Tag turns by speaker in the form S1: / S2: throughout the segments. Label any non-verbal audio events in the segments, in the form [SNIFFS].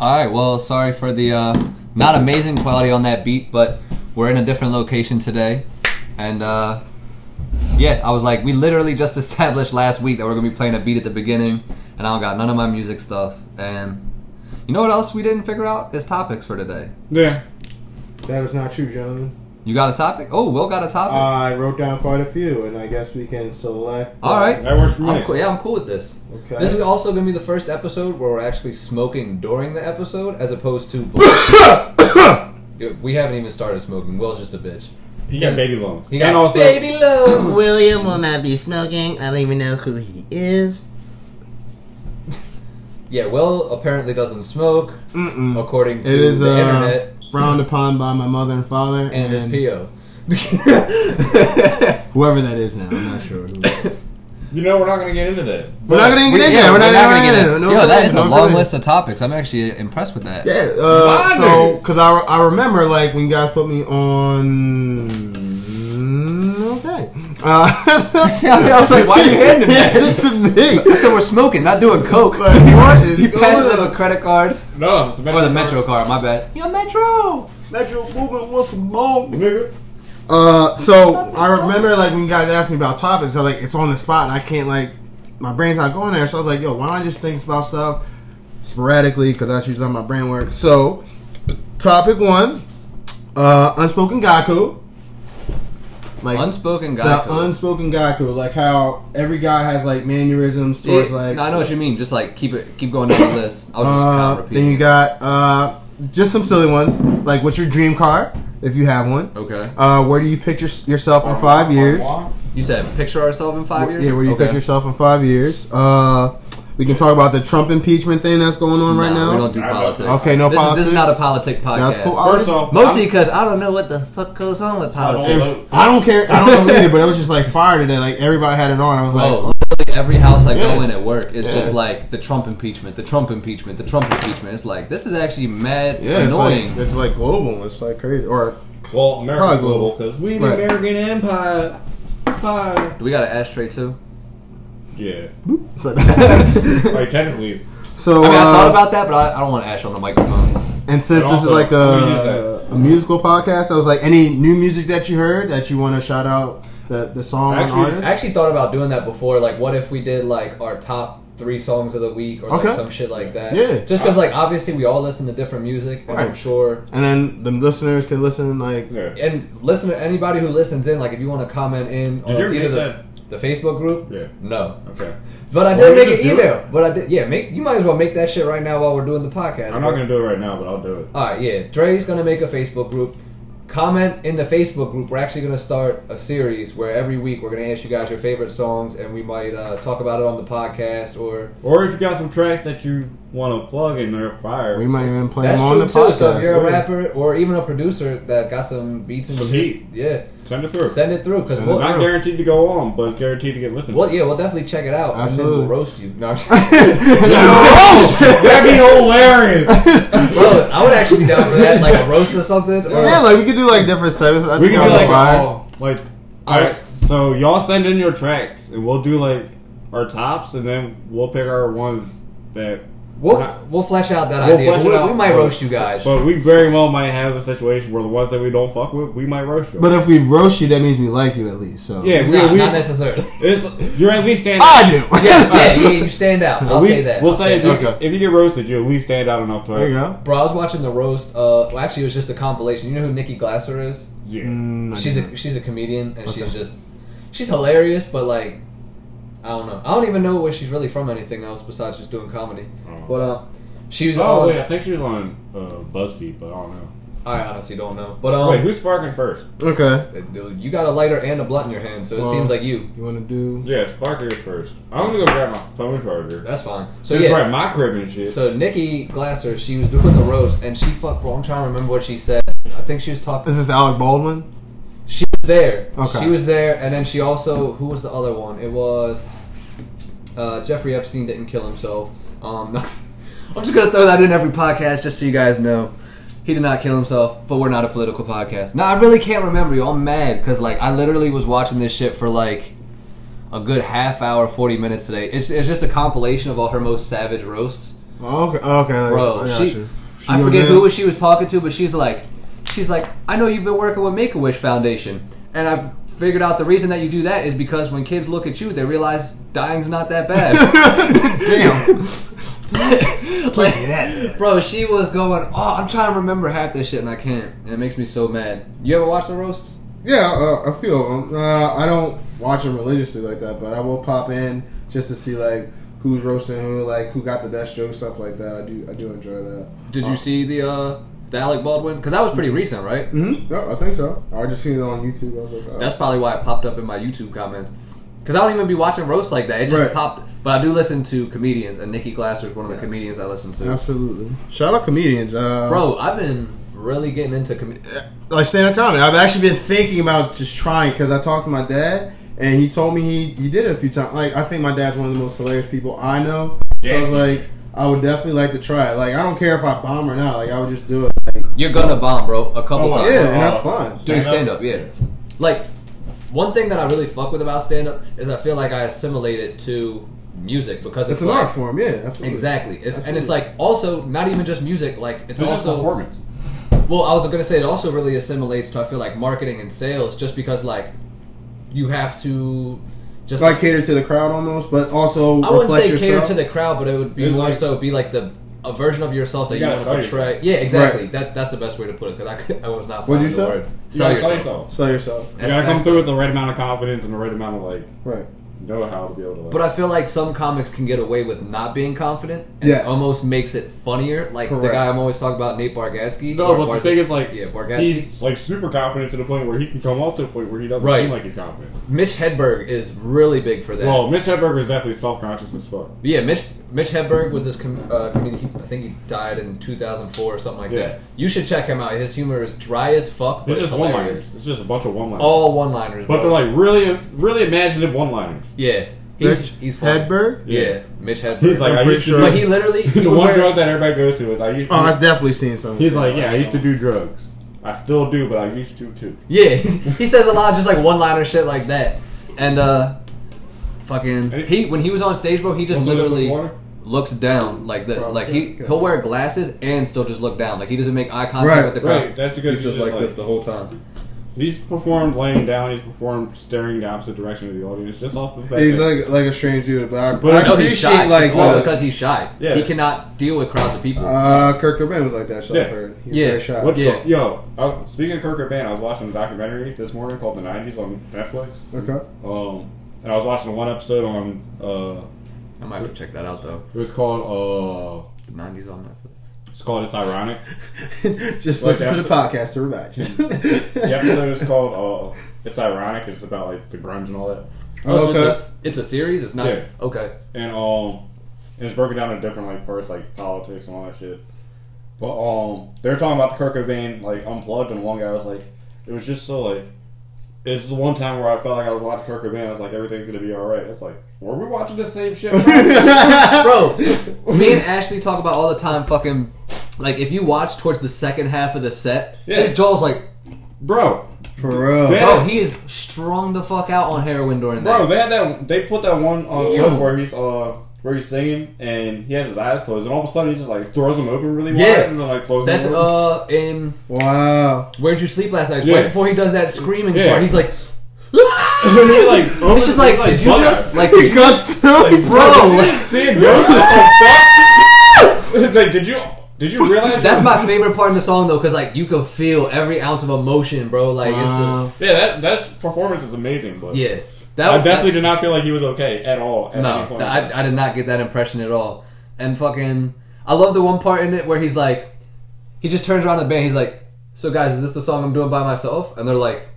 S1: All right. Well, sorry for the uh, not amazing quality on that beat, but we're in a different location today, and uh, yeah, I was like, we literally just [LAUGHS] established last week that we're gonna be playing a beat at the beginning, and I don't got none of my music stuff. And you know what else we didn't figure out is topics for today.
S2: Yeah.
S3: That is not true, gentlemen.
S1: You got a topic? Oh, Will got a topic.
S3: I wrote down quite a few, and I guess we can select. uh,
S1: All right.
S2: That works for
S1: I'm
S2: me.
S1: cool. Yeah, I'm cool with this.
S3: Okay.
S1: This is also gonna be the first episode where we're actually smoking during the episode, as opposed to. [COUGHS] we haven't even started smoking. Will's just a bitch.
S2: He got baby lungs.
S1: He got
S2: and also,
S1: baby [COUGHS] loads.
S4: William will not be smoking. I don't even know who he is.
S1: Yeah, Will apparently doesn't smoke,
S3: Mm-mm.
S1: according to
S3: It is
S1: the
S3: uh,
S1: internet
S3: frowned upon by my mother and father
S1: and his PO.
S3: whoever that is now. I'm not
S1: [COUGHS]
S3: sure. who.
S2: you know, we're not going to get into that.
S3: we're [LAUGHS] not gonna even get in there. We're not
S1: gonna get
S3: even in
S1: it.
S3: there. No,
S1: Yo, that
S3: no,
S1: is a
S3: no,
S1: long
S3: no.
S1: list of topics. I'm actually impressed with that.
S3: Yeah, uh,
S2: Why,
S3: so
S2: dude?
S3: because I, I remember like when you guys put me on. mm, Okay.
S1: [LAUGHS]
S3: Uh,
S1: I was like, why are you
S3: [LAUGHS]
S1: handing me that?
S3: yes, it's me.
S1: So we're smoking, not doing coke.
S3: Like, what
S1: [LAUGHS]
S3: is
S1: he passes
S3: going
S1: up a credit card
S2: No, it's a
S1: or the Metro card. My bad. Yo, Metro.
S3: Metro Boomin wants some more.
S2: Nigga.
S3: Uh, so I remember like when you guys asked me about topics, I was like it's on the spot and I can't like my brain's not going there. So I was like, yo, why don't I just think about stuff sporadically because that's usually how my brain works. So topic one, uh, unspoken gaku. Like
S1: Unspoken guy.
S3: the
S1: code.
S3: unspoken gaku, like how every guy has like mannerisms
S1: Yeah,
S3: towards like
S1: no, I know what you mean. Just like keep it, keep going down the list. I was just kind
S3: uh,
S1: of
S3: then you
S1: repeating.
S3: got uh, just some silly ones like what's your dream car if you have one.
S1: Okay.
S3: Uh, where do you picture s- yourself in five years?
S1: You said picture ourselves in five
S3: Wh-
S1: years.
S3: Yeah, where you
S1: okay.
S3: picture yourself in five years. Uh, we can talk about the Trump impeachment thing that's going on right
S1: No,
S3: now.
S1: we don't do
S2: I don't-
S1: politics.
S3: Okay, no
S1: this Is, this is not a politic podcast.
S3: that's cool. I was
S2: First
S3: just-
S2: off,
S1: Mostly
S2: mostly
S1: because I don't know what the fuck goes on with politics.
S3: if- I don't care. I don't know either, but it was just like fire today. Like everybody had it on. I was like,
S1: Oh, literally every house I go
S3: Yeah.
S1: in at work is
S3: Yeah.
S1: just like the Trump impeachment, the Trump impeachment, the Trump impeachment. It's like this is actually mad
S3: yeah, it's
S1: annoying.
S3: like, it's like global. It's like crazy. Or
S2: well, American
S3: Probably
S2: global
S3: global.
S2: because we the
S3: Right.
S2: American Empire. Empire.
S1: Do we got an ashtray too?
S2: Yeah.
S1: [LAUGHS]
S3: so.
S2: Like technically,
S3: so
S1: I mean, I
S3: uh,
S1: thought about that, but I, I don't want ash on the microphone.
S3: and since
S2: And
S3: this is
S2: also,
S3: like
S2: we use
S3: a,
S2: that.
S3: a musical podcast, I was like, any new music that you heard that you want to shout out the the song and
S2: Actually-
S3: artist.
S1: I actually thought about doing that before. Like, what if we did like our top three songs of the week or
S3: Okay.
S1: like some shit like that?
S3: Yeah.
S1: Just because, like, obviously we all listen to different music, and I'm
S3: Right.
S1: sure.
S3: and then the listeners can listen like
S2: yeah.
S1: And listen to anybody who listens in. Like, if you want to comment in
S2: Did you
S1: on
S2: ever
S1: either
S2: make
S1: the, the Facebook group,
S2: Yeah.
S1: no,
S2: Okay.
S1: But I
S2: Well,
S1: did
S2: you
S1: make
S2: just
S1: an
S2: do
S1: email. But I did, yeah. Make you might as well make that shit right now while we're doing the podcast.
S2: I'm not gonna do it right now, but I'll do it.
S1: All right, yeah. Dre's gonna make a Facebook group. Comment in the Facebook group. We're actually gonna start a series where every week we're gonna ask you guys your favorite songs, and we might uh, talk about it on the podcast or
S2: Or if you got some tracks that you want to plug in there, fire.
S3: we might even play
S1: that's
S3: them on
S1: true
S3: the
S1: too.
S3: podcast.
S1: so if you're a
S3: yeah.
S1: rapper or even a producer that got some beats and
S2: Some
S1: shit,
S2: heat.
S1: yeah,
S2: send it through.
S1: send it through because
S3: Send it
S1: we'll,
S2: It's not guaranteed to go on, but it's guaranteed to get
S1: [LAUGHS]
S2: listened.
S1: we'll
S2: to.
S1: yeah we'll definitely check it out and
S3: Absolutely.
S1: then we'll roast you. No, I'm just-
S2: That'd be hilarious.
S1: well, I would actually be down for that, like a roast or something. Or,
S3: Yeah, like we could do like different segments. I
S2: we
S3: think
S2: can do
S3: I'll
S2: like
S3: fire.
S2: all Oh, like.
S1: All
S2: I-
S1: right.
S2: So y'all send in your tracks, and we'll do like our tops, and then we'll pick our ones that.
S1: We'll, we'll flesh out that
S2: We'll
S1: idea.
S2: flesh it
S1: We, we
S2: out.
S1: might roast you guys.
S2: But we very well might have a situation where the ones that we don't fuck with, we might roast you.
S3: But uh, if we roast you, that means we like you at least. So
S2: yeah, we
S1: Nah,
S2: at least,
S1: not
S3: [LAUGHS]
S1: necessarily.
S2: it's, you're at least standing.
S3: I
S1: [LAUGHS]
S3: do.
S1: yeah, yeah, you stand out. I'll
S2: we,
S1: say that.
S2: We'll
S1: I'll
S2: say if
S1: that.
S2: you,
S3: Okay.
S2: if you get roasted, you at least stand out enough to.
S3: there you go.
S1: Bro, I was watching the roast. Uh, well, actually, it was just a compilation. You know who Nikki Glasser is?
S2: Yeah.
S3: Mm, I
S1: She's
S3: don't
S1: a
S3: know.
S1: she's a comedian, and she's
S3: Okay.
S1: just she's hilarious. But like, I don't know. I don't even know where she's really from. Anything else besides just doing comedy?
S2: Oh.
S1: But uh, she was.
S2: Oh
S1: on,
S2: wait, I think she was on uh, BuzzFeed, but I don't know.
S1: I honestly don't know. But um,
S2: wait, who's sparking first?
S3: okay.
S1: you got a lighter and a blunt in your hand, so it
S3: Well-
S1: seems like you.
S3: You want to do?
S2: Yeah, Sparker is first. I'm gonna go grab my phone charger.
S1: That's fine. So
S2: So it's
S1: yeah,
S2: right, my crib and shit.
S1: So Nikki Glasser, she was doing the roast, and she fuck. Bro, I'm trying to remember what she said. I think she was talking.
S3: Is this Alec Baldwin?
S1: She was there.
S3: Okay.
S1: She was there, and then she also who was the other one? It was uh, Jeffrey Epstein [LAUGHS] didn't kill himself. Um, I'm just gonna throw that in every podcast just so you guys know. He did not kill himself, but we're not a political podcast. No, I really can't remember you. I'm mad because like I literally was watching this shit for like a good half hour, forty minutes today. It's it's just a compilation of all her most savage roasts.
S3: Oh, okay, okay, like,
S1: Bro,
S3: I got
S1: she,
S3: you. She
S1: I
S3: goes
S1: forget
S3: in. [LAUGHS]
S1: who she was talking to, but she's like, she's like, I know you've been working with Make a Wish Foundation, and I've figured out the reason that you do that is because when kids look at you, they realize dying's not that bad.
S3: [LAUGHS]
S1: [LAUGHS]
S3: Damn.
S1: Like,
S3: that.
S1: bro, she was going. Oh, I'm trying to remember half this shit, and I can't. And it makes me so mad. You ever watch the roasts?
S3: Yeah, uh, I feel. Um, uh, I don't watch them religiously like that, but I will pop in just to see like who's roasting who, like who got the best joke, stuff like that. I do, I do enjoy that.
S1: Did
S3: Uh,
S1: you see the uh, the Alec Baldwin? Because that was pretty recent, right?
S3: mhm. No, I think so. I just seen it on YouTube. I was like, uh,
S1: Hmm? That's probably why it popped up in my YouTube comments. Because I don't even be watching roasts like that. It just
S3: Right.
S1: popped. But I do listen to comedians, and Nikki Glasser is one of the comedians I listen to.
S3: absolutely. Shout out comedians, uh,
S1: Bro, I've been really getting into com-
S3: like stand up comedy. I've actually been thinking about just trying because I talked to my dad and he told me he he did it a few times. Like I think my dad's one of the most hilarious people I know. So I was like, I would definitely like to try it. Like I don't care if I bomb or not. Like I would just do it.
S1: You're gonna bomb, bro. A couple
S2: Oh, wow.
S1: times.
S3: Yeah, and that's fun.
S1: Doing stand
S2: Stand-up?
S1: up, yeah. Like one thing that I really fuck with about stand up is I feel like I assimilate it to music because it's,
S3: It's an
S1: like-
S3: art form, yeah. Absolutely.
S1: Exactly, it's, and it's
S3: Absolutely.
S1: like also not even just music. Like it's
S2: It's just
S1: also
S2: performance.
S1: well, I was gonna say it also really assimilates to I feel like marketing and sales, just because like you have to just
S3: like cater to the crowd almost, but also
S1: I
S3: reflect
S1: wouldn't say
S3: yourself.
S1: cater to the crowd, but it would be
S2: It's
S1: more
S2: like-
S1: so be like the a version of yourself that
S2: You
S1: you,
S2: gotta
S1: want to
S2: sell yourself.
S1: portray. Yeah, exactly.
S3: Right.
S1: That that's the best way to put it because I, could- I was not.
S3: What'd you
S1: finding the
S3: say?
S1: Words.
S2: You
S1: Sell
S2: gotta
S1: yourself.
S3: Sell yourself,
S2: You
S1: That's
S2: gotta come
S1: facts.
S2: through with the right amount of confidence and the right amount of like
S3: right?
S2: know how to be able to. Like,
S1: But I feel like some comics can get away with not being confident, and
S3: Yes.
S1: it almost makes it funnier. Like the
S3: Correct.
S1: guy I'm always talking about, Nate Bargatze.
S2: no,
S1: or
S2: but the
S1: Barz-
S2: thing is like
S1: yeah, Bargatze.
S2: he's like super confident to the point where he can come off to the point where he doesn't
S1: Right.
S2: seem like he's confident.
S1: Mitch Hedberg is really big for that.
S2: Well, Mitch Hedberg is definitely self conscious as fuck.
S1: yeah, Mitch Mitch Hedberg was this com- uh, comedian. He, I think he died in 2004 or something like
S2: Yeah.
S1: that. You should check him out. His humor is dry as fuck, but
S2: It's
S1: it's,
S2: just one
S1: hilarious. Oh.
S2: liners. It's just a bunch of one liners.
S1: All one liners,
S2: but they're like really, really imaginative one liners.
S1: yeah, he's
S3: Mitch
S1: he's fun.
S3: Hedberg?
S1: Yeah.
S2: Yeah.
S1: Mitch Hedberg.
S2: He's like,
S3: I'm
S2: I
S3: pretty
S2: used to.
S3: sure-
S1: but he literally he
S2: [LAUGHS] the
S1: would
S2: one
S1: wear-
S2: drug that everybody goes to is I used. To,
S3: Oh, I've definitely seen some.
S2: he's like, yeah, I used to do drugs. I still do, but I used to too.
S1: Yeah, he's, he says a lot of just like one liner shit like that. And uh fucking he when he was on stage, bro, he just
S2: Wanna look up
S1: literally
S2: some water?
S1: looks down like this.
S3: Bro,
S1: like
S3: yeah,
S1: he
S3: okay.
S1: he'll wear glasses and still just look down. Like he doesn't make eye contact
S3: Right,
S1: with the crowd.
S2: Right, that's because he's just, like,
S1: the whole time.
S2: He's performed laying down. He's performed staring the opposite direction of the audience, just off the fact.
S3: He's
S2: that-
S3: like like a strange dude, but I,
S2: But
S3: I
S2: I
S1: No,
S3: appreciate
S1: he's shy.
S3: like
S1: it's all
S2: Oh,
S3: the-
S1: because he's shy.
S2: Yeah.
S1: He cannot deal with crowds of people.
S3: uh, Kirk Cobain was like that. So I've
S2: Yeah.
S3: heard. He was
S1: Yeah.
S3: very shy.
S2: What's
S1: Yeah.
S2: the- yo? Oh, speaking of Kirk Cobain, I was watching a documentary this morning called "The '90s" on Netflix.
S3: Okay. [LAUGHS]
S2: Um, and I was watching one episode on. Uh,
S1: I might have to check that out though.
S2: it was called. Uh,
S1: The nineties on Netflix.
S2: it's called "It's Ironic."
S3: Just
S2: Like
S3: listen to
S2: episode-
S3: the podcast to
S2: [LAUGHS]
S3: remind you.
S2: The episode is called uh, "It's Ironic." It's about like the grunge and all that.
S3: Oh,
S1: so it's,
S3: [LAUGHS] okay.
S1: a, it's a series, it's not
S2: Yeah.
S1: okay.
S2: and um, and it's broken down into different like parts, like politics and all that shit. But um, they were talking about the Kirk Cobain like unplugged, and one guy was like, it was just so like, it's the one time where I felt like I was watching Kirk Cobain. I was like, everything's gonna be all right. It's like, were we watching the
S1: [LAUGHS]
S2: same shit?
S3: [LAUGHS]
S1: Bro, me and Ashley talk about all the time fucking like if you watch towards the second half of the set,
S2: Yeah.
S1: his jaw's like
S2: bro,
S3: For real.
S2: Yeah.
S1: Bro, he is strung the fuck out on heroin during that.
S2: bro, they had that. They put that one on clip where he's uh. Where he's singing and he has his eyes closed, and all of a sudden he just like throws them open really wide
S1: Yeah.
S2: and then like closes
S1: That's
S2: them.
S1: uh in
S3: Wow.
S1: Where'd You Sleep Last Night? It's
S2: Yeah.
S1: Right before he does that screaming
S2: Yeah.
S1: part, he's like,
S2: He's, [LAUGHS] like, over-
S1: it's just like,
S2: he's,
S1: did you
S2: butt-eyed.
S1: just like,
S3: He cuts too. [LAUGHS] He's
S1: bro?
S3: like-
S1: like,
S2: See it goes like
S3: [LAUGHS]
S2: that. like, did you did you realize
S1: That's my favorite part in the song though, because like you can feel every ounce of emotion, bro. Like
S3: Wow.
S1: it's
S2: yeah that that's performance is amazing, but
S1: just, yeah. That
S2: I
S1: that-
S2: definitely did not feel like he was okay at all. At any
S1: No,
S2: point.
S1: I, I did not get that impression at all. And fucking, I love the one part in it where he's like, he just turns around to the band. He's like, "So guys, is this the song I'm doing by myself?" And they're like,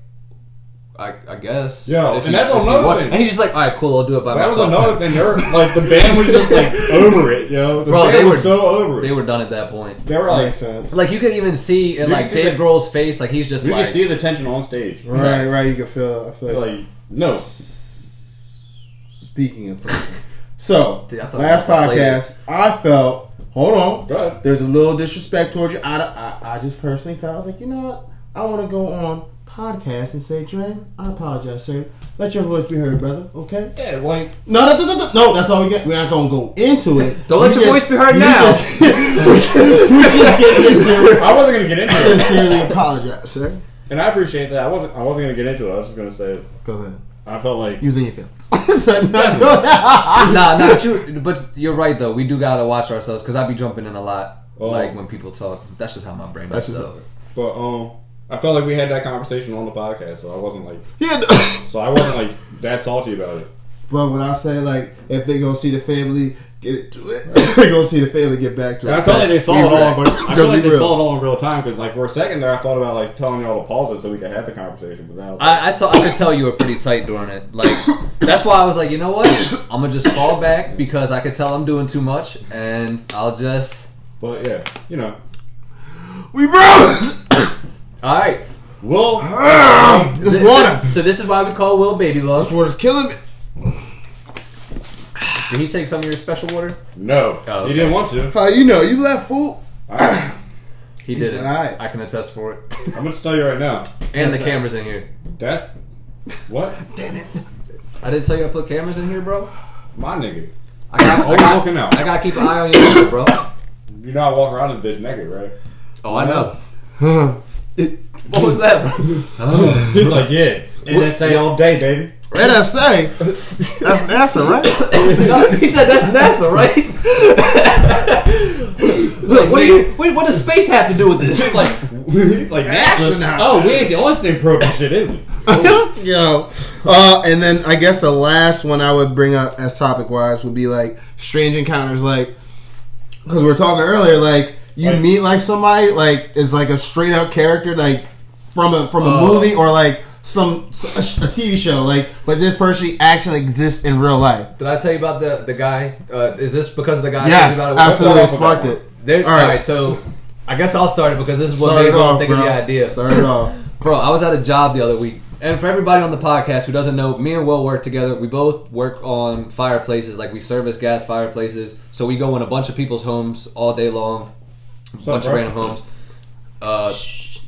S1: "I, I guess."
S2: Yeah,
S1: If
S2: and that's
S1: if
S2: another
S1: want-"
S2: thing.
S1: And he's just like, "All right, cool, I'll do it by
S2: that was
S1: myself."
S2: another thing. They were, like the band was just
S1: [LAUGHS]
S2: like over it, yo. The
S1: Bro,
S2: band
S1: they
S2: was
S1: were-
S2: so over it.
S1: [LAUGHS] They were done at that point.
S2: They were
S3: That
S2: like,
S3: makes sense.
S1: Like you could even see in
S2: You
S1: like
S2: can see
S1: Dave
S2: that-
S1: Grohl's face, like he's just
S2: you
S1: like,
S2: can see the tension on stage.
S3: Right, right. You can feel. I feel like,
S2: Like no,
S3: Speaking of, tension. so
S1: [LAUGHS] Dude, I thought
S3: last
S1: I was
S3: podcast, I felt Hold on.
S2: Go ahead.
S3: There's a little disrespect towards you. I, I, I just personally felt, I was like, you know what? I want to go on podcast and say, Dre, I apologize, sir. Let your voice be heard, brother, okay?
S2: Yeah, like
S3: No, no, no, no, no, no, that's all we get. We're not going to go into it.
S1: [LAUGHS] Don't let
S3: We
S1: your voice
S3: just-
S1: be heard
S3: we
S1: now.
S3: Just, [LAUGHS] we just
S1: [LAUGHS]
S3: get into
S2: I wasn't gonna get into it,
S3: Sincerely apologize, sir.
S2: and I appreciate that. I wasn't. I wasn't gonna get into it. I was just gonna say
S3: Go ahead.
S2: I felt like
S3: Using your feelings. [LAUGHS] So, no, go ahead. [LAUGHS]
S1: "Ah, nah, nah. But, you, but you're right though. We do gotta watch ourselves because I be jumping in a lot.
S2: Oh.
S1: Like when people talk, that's just how my brain
S3: That's
S1: is.
S3: just-
S1: though.
S2: But um, I felt like we had that conversation on the podcast, so I wasn't like,
S3: Yeah, no.
S2: so I wasn't like that salty about it.
S3: But when I say like, if they go see the family, get it to it. [COUGHS] they go see the family, get back to
S2: And I
S3: us.
S2: felt like they saw it
S1: These
S2: all,
S1: facts.
S2: but I
S3: [COUGHS] Gotta
S2: felt like
S3: be
S2: they
S3: real.
S2: saw it all in real time because like for a second there, I thought about like telling y'all to pause it so we could have the conversation. But now, it's like,
S1: I, I saw. I could tell you were pretty tight during it. Like that's why I was like, you know what? I'm gonna just fall back because I could tell I'm doing too much, and I'll just.
S2: but yeah, you know,
S3: we bros.
S1: All right.
S2: we'll
S3: [COUGHS] this water,
S1: So this is why we call Will baby
S3: this
S1: love.
S3: water's killing me.
S1: Did he take some of your special water?
S2: no,
S1: Oh, okay.
S2: you didn't want to.
S3: How you know you left, fool?
S2: I,
S1: He did
S3: said,
S1: it.
S3: "All right."
S1: I can attest for it.
S2: I'm gonna tell you right now.
S1: and the cameras in here.
S2: That what
S1: I didn't tell you I put cameras in here, bro.
S2: my nigga?
S1: I got. I,
S2: Always
S1: got,
S2: looking out.
S1: I gotta keep an eye on you, bro.
S2: You know I walk around in this bitch naked, right?
S1: Oh, I know.
S3: [LAUGHS] Huh.
S1: What was that? bro?
S3: [LAUGHS]
S1: Oh.
S2: He's like, yeah,
S1: And that's
S2: stay all day, baby.
S3: NSA. That's NASA, right?
S1: No, [LAUGHS] he said that's NASA, right? [LAUGHS] like, what, do you, wait, what does space have to do with this?
S2: It's like, he's like
S3: Astronaut.
S2: NASA. Oh, we ain't the only thing probing shit, is we?
S3: Yo. Uh, and then I guess the last one I would bring up as topic wise would be like strange encounters, like because we are talking earlier, like you
S2: Like-
S3: meet like somebody like is like a straight up character, like from a from a
S1: Oh.
S3: movie or like some s- a, sh- a TV show, like but this person actually exists in real life.
S1: Did I tell you about the the guy? Uh, is this because of the guy? I
S3: yes,
S1: told you about?
S3: absolutely
S2: Let's go off
S3: sparked
S2: of
S3: it.
S2: that
S1: There,
S3: All right.
S1: all right, so I guess I'll start it because this is what
S3: Start
S1: made
S3: it
S1: me
S3: off,
S1: think of
S3: bro.
S1: the idea.
S3: Start it off.
S1: Bro, I was at a job the other week, and for everybody on the podcast who doesn't know, me and Will work together. We both work on fireplaces, like we service gas fireplaces. So we go in a bunch of people's homes all day long, bunch of
S2: bro?
S1: random homes. Uh,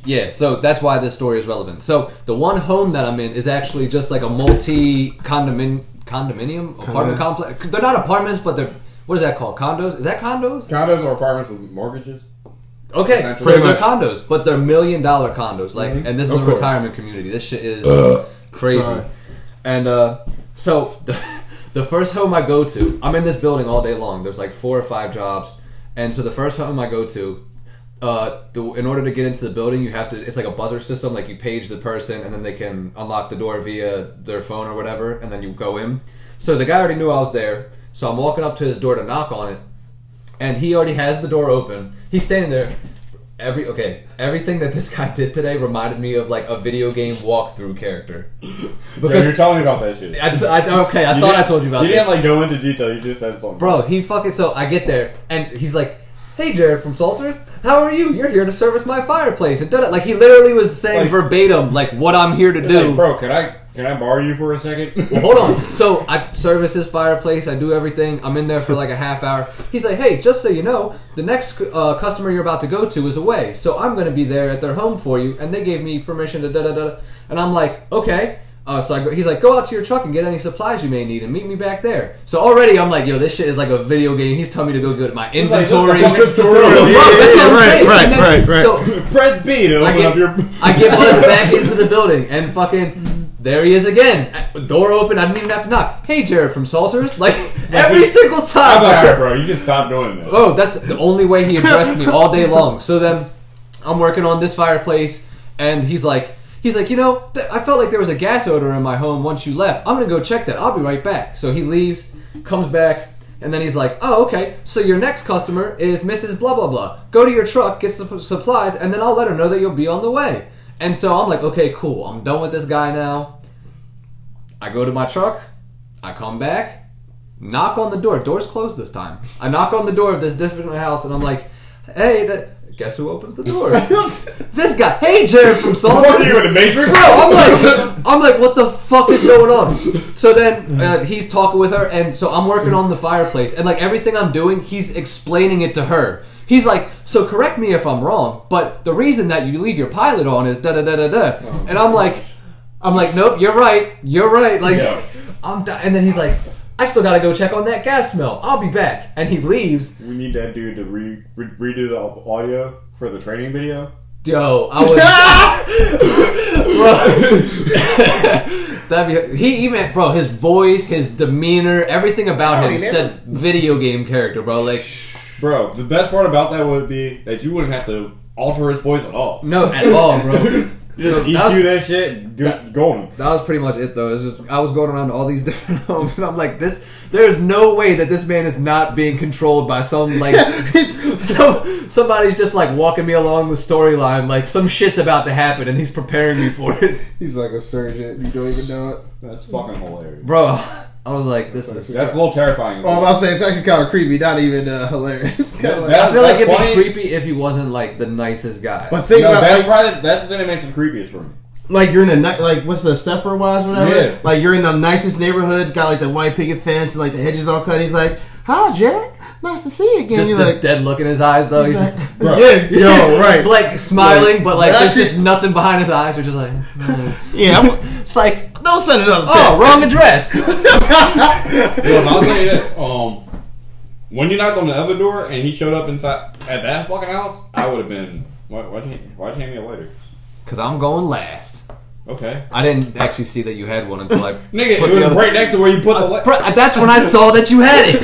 S1: yeah, so that's why this story is relevant. So the one home that I'm in is actually just like a multi condomin condominium apartment
S3: Condominium.
S1: complex. They're not apartments, but they're what is that called? Condos? Is that condos?
S2: Condos or apartments with mortgages?
S1: Okay,
S2: Essentially.
S1: so
S3: Pretty
S1: they're
S3: much.
S1: condos, but they're million dollar condos. Like, and this is
S2: Of
S1: a
S2: course.
S1: retirement community. This shit is crazy.
S3: Sorry.
S1: And uh, so [LAUGHS] the, the first home I go to, I'm in this building all day long. There's like four or five jobs, and so the first home I go to, uh, the, in order to get into the building, you have to. It's like a buzzer system. Like you page the person, and then they can unlock the door via their phone or whatever, and then you go in. So the guy already knew I was there. So I'm walking up to his door to knock on it and he already has the door open. He's standing there. Every okay, everything that this guy did today reminded me of like a video game walkthrough character.
S2: Because
S1: Because
S2: you're telling me about that shit.
S1: I, I- okay, I thought I
S2: didn't-
S1: told you about
S2: You
S1: this.
S2: didn't like go into detail. You just said something,
S1: Bro, he fucking so I get there and he's like, "Hey, Jared from Salters, how are you? You're here to service my fireplace." And da-da." like he literally was saying
S2: Like-
S1: verbatim like what I'm here to
S2: It's
S1: do.
S2: like, bro, can I can I borrow you for a second? [LAUGHS]
S1: Well, hold on. So I service his fireplace. I do everything. I'm in there for like a half hour. He's like, "Hey, just so you know, the next uh, customer you're about to go to is away, so I'm going to be there at their home for you." And they gave me permission to da da da. And I'm like, "Okay." Uh, so I go, he's like, "Go out to your truck and get any supplies you may need, and meet me back there." So already I'm like, "Yo, this shit is like a video game." He's telling me to go get my
S2: like, this is the
S1: inventory. [LAUGHS]
S2: fucking
S1: That's what
S2: tutorial.
S1: I'm
S2: Yeah,
S3: yeah, right,
S1: saying.
S3: right,
S1: And then-
S3: right, right.
S1: So
S2: Press B to
S1: I
S2: open
S1: get,
S2: up your.
S1: I get buzzed back into the building and fucking there he is again. Uh, Door open. I didn't even have to knock. Hey, Jared from Salters. Like every single
S2: [LAUGHS] I'm like, all right,
S1: time.
S2: bro. You can stop doing that.
S1: Oh, that's the only way he addressed me all day long. So then I'm working on this fireplace and he's like, he's like, you know, th- I felt like there was a gas odor in my home once you left. I'm gonna go check that. I'll be right back. So he leaves, comes back. And then he's like, "Oh, okay. So your next customer is Mrs. Blah blah blah. Go to your truck, get some supplies, and then I'll let her know that you'll be on the way." And so I'm like, "Okay, cool. I'm done with this guy now. I go to my truck. I come back, knock on the door. Door's closed this time. I knock on the door of this different house, and I'm like, "Hey, that, guess who opens the
S2: [LAUGHS]
S1: door? this guy. Hey, Jared from Salt.
S2: What are you in the Matrix?
S1: Bro, I'm like, I'm like, what the fuck is going on? So then uh, he's talking with her, and so I'm working on the fireplace, and like everything I'm doing, he's explaining it to her. He's like, so correct me if I'm wrong, but the reason that you leave your pilot on is da da da da da, and I'm like, I'm like, nope, you're right, you're right, like,
S2: Yeah.
S1: I'm, di- and then he's like. I still gotta go check on that gas smell. I'll be back. And he leaves.
S2: We need that dude to re- re- redo the audio for the training video.
S1: Yo, I was. bro, [LAUGHS] that'd be, he even bro, his voice, his demeanor, everything about
S3: No,
S1: him
S3: he never-
S1: said video game character, bro. Like,
S2: Bro, the best part about that would be that you wouldn't have to alter his voice at all.
S1: no, at all, bro.
S2: Just
S1: So that
S2: EQ
S1: was,
S2: E that shit, do,
S1: that-
S2: go on.
S1: that was pretty much it, though. It was just, I was going around to all these [LAUGHS] different homes, and I'm like, this. There is no way that this man is not being controlled by some like
S3: It's-
S1: some somebody's just like walking me along the storyline, like some shit's about to happen, and he's preparing me for it.
S3: He's like a surgeon. You don't even know it.
S2: That's fucking hilarious.
S1: bro Oh, i was like this is
S2: That's a little terrifying.
S3: Well, I'm about to say it's actually kind of creepy, not even uh, hilarious. [LAUGHS] Kinda
S2: That-
S3: like-
S2: that-
S1: i feel like
S2: That's
S1: it'd
S2: funny.
S1: be creepy if he wasn't like the nicest guy
S3: but think
S2: no,
S3: about
S2: that's,
S3: like,
S2: probably, that's the thing that makes it the creepiest for me.
S3: like you're in the ni- like what's the Stepford Wives, whatever.
S1: Yeah.
S3: Like you're in the nicest neighborhoods, got like the white picket fence and like the hedges all cut. He's like, "Hi, Jared, nice to see you again."
S1: just
S3: you're
S1: the
S3: like,
S1: dead look in his eyes though he's,
S3: he's
S1: just
S3: like,
S2: Bro.
S1: [LAUGHS]
S3: "Yeah, [LAUGHS] yo, right,
S1: like smiling but like
S3: that
S1: there's
S3: shit-
S1: just nothing behind his eyes they're just like mm.
S3: yeah." I'm,
S1: it's like
S3: don't send another.
S1: oh wrong address
S2: Well, I'll tell you this. Um, when you knocked on the other door and he showed up inside at that fucking house, I would have been. Why, why'd you Why'd you hand me a lighter?
S1: because i'm going last
S2: Okay,
S1: i didn't actually see that you had one until i
S2: nigga,
S1: put
S2: it was
S1: the other-
S2: right next to where you put the lighter.
S1: Bro, that's when i saw that you had [LAUGHS] it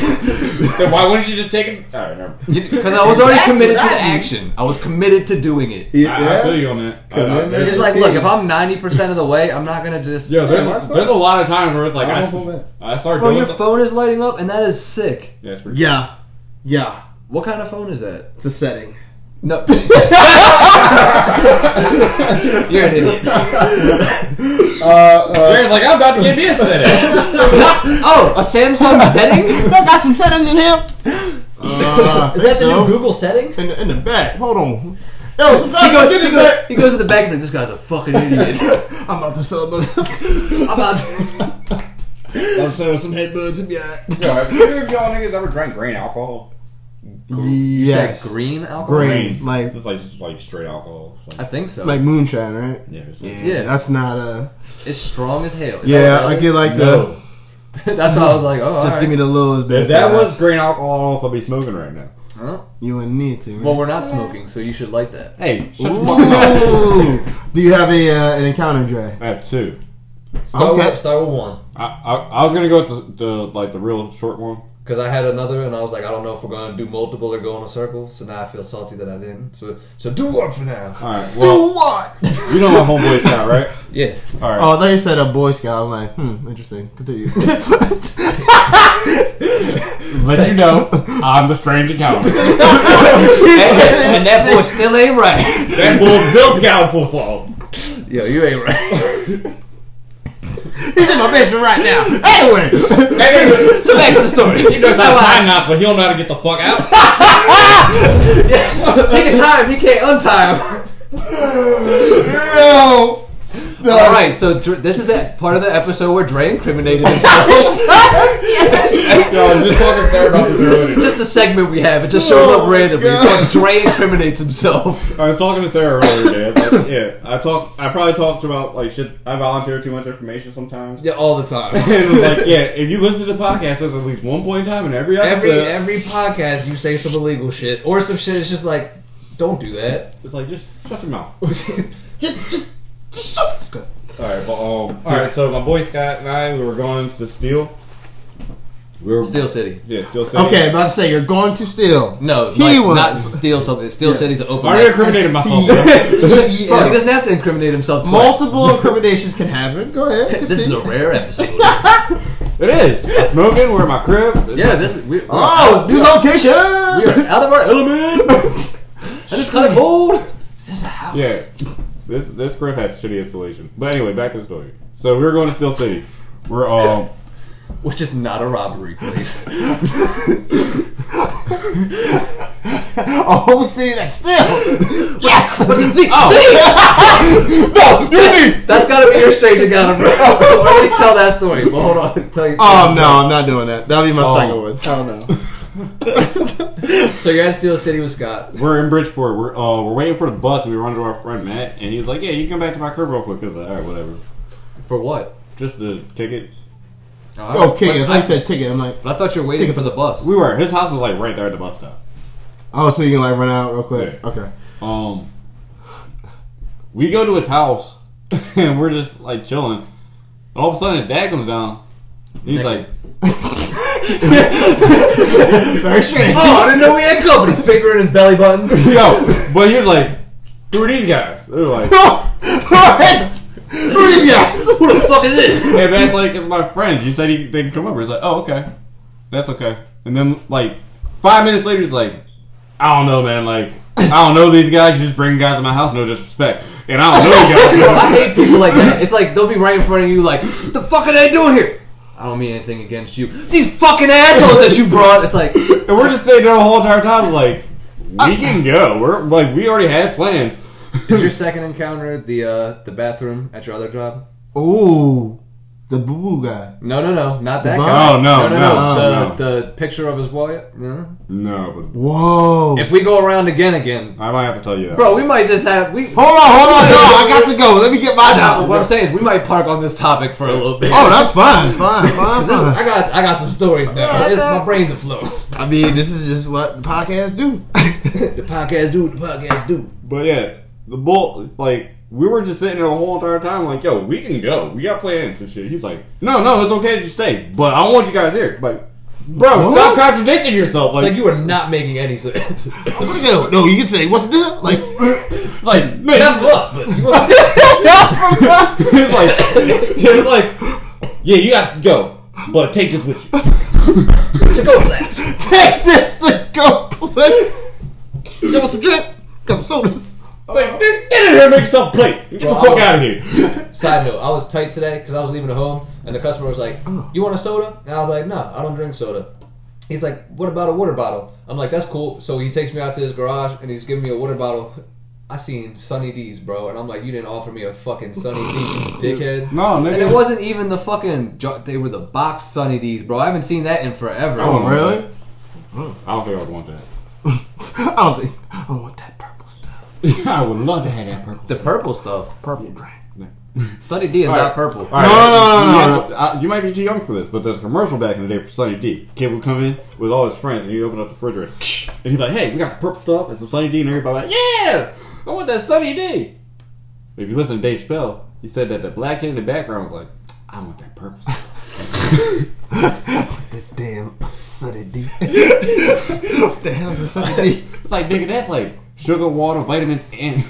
S2: Then why wouldn't you just take it? All right, never. mind.
S1: because i was already
S4: That's
S1: committed
S4: what
S1: to the
S4: I mean.
S1: action i was committed to doing it
S3: [LAUGHS] Yeah,
S2: I, I feel you on that. I- I-
S3: Commitment.
S2: there's-
S1: it's like look if i'm 90% of the way i'm not gonna just
S2: Yeah,
S3: Yeah,
S2: there's,
S3: that's
S2: there's a lot of times where it's like
S3: I
S2: I,
S3: don't feel bad.
S2: I start
S1: bro
S2: doing
S1: your
S2: the-
S1: phone is lighting up and that is sick
S2: Yeah, it's pretty-
S3: yeah, yeah.
S1: What kind of phone is that?
S3: It's a setting.
S1: [LAUGHS] No. You're an idiot.
S2: Jared's like, I'm about to get me a set.
S1: Oh, a Samsung setting? [LAUGHS] Is
S3: I got some settings in here. Uh, I
S1: that
S3: think
S1: the new
S3: so.
S1: Google setting?
S3: in the, in the back? Hold on. Yo, some guy
S1: He goes,
S3: get
S1: he,
S3: in
S1: goes,
S3: there.
S1: he goes to the bank he's like, this guy's a fucking idiot. [LAUGHS]
S3: I'm about to sell.
S1: I'm about
S3: [LAUGHS] I'm selling some headbuds and yeah.
S2: [LAUGHS] Yo, have either of y'all niggas ever drank grain alcohol?
S3: Yes.
S1: green alcohol?
S3: Green, like
S2: It's like just like straight alcohol. It's like-
S1: I think so.
S3: like moonshine, right?
S2: yeah, it's like-
S3: Yeah,
S1: Yeah.
S3: that's not a.
S1: it's strong as hell. Is
S3: Yeah,
S1: that what
S3: I
S1: that
S3: get
S1: is?
S3: like the.
S2: No.
S1: [LAUGHS] That's why I was like, oh,
S3: Just give me the little bit.
S2: If that was grain alcohol, I don't know if I'd be smoking right now.
S3: You wouldn't need to.
S1: Well,
S3: Right?
S1: we're not smoking, so you should like that.
S2: Hey, shut the fuck up.
S1: [LAUGHS]
S3: Ooh. Do you have a uh, an encounter, Dre?
S2: I have two.
S1: Start,
S3: Okay.
S1: with, start with one.
S2: I, I, I was gonna go with the, the like the real short one.
S1: Because I had another, and I was like, I don't know if we're going to do multiple or go in a circle, so now I feel salty that I didn't. So, so do one for now.
S2: All right. Well,
S3: what?
S2: you know my homeboy Scott, right?
S1: Yeah.
S2: All right.
S3: Oh, they said a Boy Scout. I'm like, hmm, interesting.
S1: [LAUGHS]
S3: Continue.
S2: Let you know, I'm the strange encounter.
S1: and that boy still ain't right.
S2: that bull Bill Scout pull off.
S1: Yo, you ain't right.
S3: He's in my basement right now. [LAUGHS] Anyway,
S2: That nigga,
S1: so back to the story.
S2: he knows how to
S1: That's
S2: tie knots, but he don't know how to get the fuck out.
S1: why- He can time, he can't untie him.
S3: no. no.
S1: All right, so Dr- this is that part of the episode where Dre incriminated himself.
S3: [LAUGHS]
S2: Yo, I was just talking to Sarah about this
S1: this
S2: earlier.
S1: is just a segment we have. It just shows
S3: Oh,
S1: up randomly. It's
S3: God.
S1: called Dre incriminates himself.
S2: I was talking to Sarah earlier today. I was like, yeah, I talk. I probably talked about like shit. I volunteer too much information sometimes.
S1: Yeah, all the
S3: [LAUGHS]
S1: time.
S2: it was like, yeah, if you listen to the podcast, there's at least one point in time in every episode.
S1: Every every podcast, you say some illegal shit or some shit. It's just like, don't do that.
S2: it's like just shut your mouth.
S3: [LAUGHS] Just, just, just shut the fuck up.
S2: All right, but um, all right. So my boy Scott and I, we were going to steal. We were
S1: Steel City.
S2: Yeah, steal. City.
S3: Okay, about to say you're going to steal.
S1: No,
S3: He
S1: like,
S3: was.
S1: not steal something. Steel
S3: Yes.
S1: City's an open.
S2: I already
S3: [LAUGHS]
S1: mic.
S2: incriminated
S3: E
S2: myself.
S1: Bro, he
S3: Yeah.
S1: doesn't have to incriminate himself. Twice.
S3: E Multiple incriminations can happen. Go ahead.
S1: This is a
S3: continue.
S1: rare episode.
S2: it is. I'm smoking. We're in my crib. It's-
S1: yeah, this is. We're, we're
S3: oh,
S1: out-
S3: new location.
S1: we are out of our element. and it's kind of cold.
S3: This is a house.
S2: Yeah. This this crib has shitty installation. But anyway, back to the story. So we were going to Steel City. We're
S3: [LAUGHS]
S2: um.
S1: Which is not a robbery place.
S3: a whole city that's still. Yes!
S1: What do you think? Oh,
S3: no, you think.
S1: that's gotta be your stage encounter, bro. [LAUGHS] or at least tell that story. Uh, But hold on, tell you.
S3: Oh, no, I'm not doing that. That'll be my
S1: Oh.
S3: second one. Hell no.
S1: So you're at Steel City with Scott.
S2: We're in Bridgeport. We're uh, we're waiting for the bus. We run to our friend Matt, and he's like, "Yeah, you can come back to my crib real quick." I was like, "All right, whatever."
S1: For what?
S2: Just the ticket.
S3: Oh, kick
S1: But
S3: it. If I
S1: I,
S3: said ticket, I'm like,
S1: but I thought you were waiting for the bus.
S2: We were. His house is like right there at the bus stop.
S3: oh, so you can like run out real quick.
S2: Yeah.
S3: [LAUGHS] Okay.
S2: Um, we go to his house, [LAUGHS] and we're just like chilling. And all of a sudden, his dad comes down. and He's like,
S3: Very strange.
S1: [LAUGHS] Oh, I didn't know we had company. Finger in his belly button.
S2: "Yo," but he was like, "Who are these guys?" They're like,
S3: Who is that?
S1: Who the fuck is this?
S2: "Hey, Matt's like, it's my friend. You said he, they can come over." He's like, "Oh, okay, that's okay." And then like five minutes later, he's like, "I don't know, man. Like, I don't know these guys. You just bring guys to my house. No disrespect." And I don't know
S1: [LAUGHS]
S2: you guys.
S1: I hate people like that. It's like they'll be right in front of you, like, what the fuck are they doing here? I don't mean anything against you. These fucking assholes that you brought. It's like,
S2: And we're just sitting there the whole entire time, like, we can go. We're like, we already had plans.
S1: is your second encounter the uh, the bathroom at your other job?
S3: Ooh, the boo boo guy.
S1: No, no, no, not that
S3: No,
S1: guy.
S2: Oh, no,
S1: no,
S2: no,
S1: The,
S2: no.
S1: the picture of his wallet. No.
S2: No, but
S3: Whoa.
S1: If we go around again, again,
S2: I might have to tell you that.
S1: bro, we might just have we. [LAUGHS]
S3: hold on, hold on, [LAUGHS] no, I got to go. Let me get my
S1: No,
S3: job.
S1: what I'm saying is we might park on this topic for a little bit.
S3: Oh, that's fine, [LAUGHS] fine, fine,
S1: 'Cause this-
S3: fine.
S1: I got I got some stories now. It's- my brain's afloat.
S3: I mean, this is just what the podcast [LAUGHS] do.
S1: The podcast dude, the podcast dude.
S2: But yeah, the bull, like, we were just sitting there the whole entire time, like, yo, we can go. We got plans and shit. He's like, no, no, it's okay that you stay, but I want you guys here. Like, bro,
S3: What?
S2: stop contradicting yourself.
S1: It's
S2: Like,
S1: like you are not making any sense. [LAUGHS]
S3: I'm gonna go. No, you can say what's the deal? Like, [LAUGHS]
S2: like, man, [LAUGHS]
S1: That's us, but you want-
S2: he's like, he's like, yeah, you guys can go, but take this with you.
S1: to go blacks.
S3: take this to go play. You want some drink? Got some sodas.
S2: Like, get in here, and make yourself a plate. Get the
S1: Bro,
S2: fuck
S1: I-
S2: out of
S1: [LAUGHS]
S2: here.
S1: Side note: I was tight today because I was leaving at home, and the customer was like, "You want a soda?" And I was like, "No, I don't drink soda." He's like, "What about a water bottle?" I'm like, "That's cool." So he takes me out to his garage, and he's giving me a water bottle. I seen Sunny D's, bro, and I'm like, "You didn't offer me a fucking Sunny [LAUGHS] D's, dickhead."
S2: No, nigga.
S1: and it wasn't even the fucking. jar- They were the box Sunny D's, bro. I haven't seen that in forever.
S3: Oh, really?
S2: I don't think I would want that.
S3: I don't think I don't want that purple
S2: [LAUGHS]
S3: stuff.
S2: I would love to have that purple.
S1: The purple stuff.
S3: Purple drink.
S1: Sunny D is
S2: All
S1: not
S2: right.
S1: purple.
S2: All
S3: No, no, no,
S2: you
S3: no,
S2: have- I- you might be too young for this, but there's a commercial back in the day for Sunny D. Kid would come in with all his friends, and he opened up the refrigerator, [SNIFFS] and he'd be like, "Hey, we got some purple stuff and some Sunny D," and everybody like, "Yeah, I want that Sunny D." If you listen to Dave Spell, he said that the black kid in the background was like, "I want that purple." stuff." [LAUGHS]
S3: This damn sunny D. what the hell is a sunny D?
S2: it's like, nigga, that's like sugar, water, vitamins, and [LAUGHS]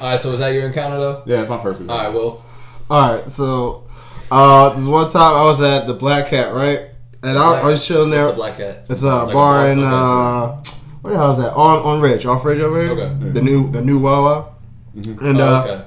S1: All right, so was that your encounter though?
S2: yeah, that's my first.
S1: All right, well,
S3: Alright, so uh this one time I was at the Black Cat, right? And I, I was chilling
S1: the
S3: there.
S1: black cat.
S3: It's a
S1: Like
S3: bar
S1: a
S3: in
S1: bar-
S3: uh where the hell is that? On on Ridge, off Ridge over here.
S1: Okay.
S3: The new the new Wawa. And uh
S1: Oh, okay.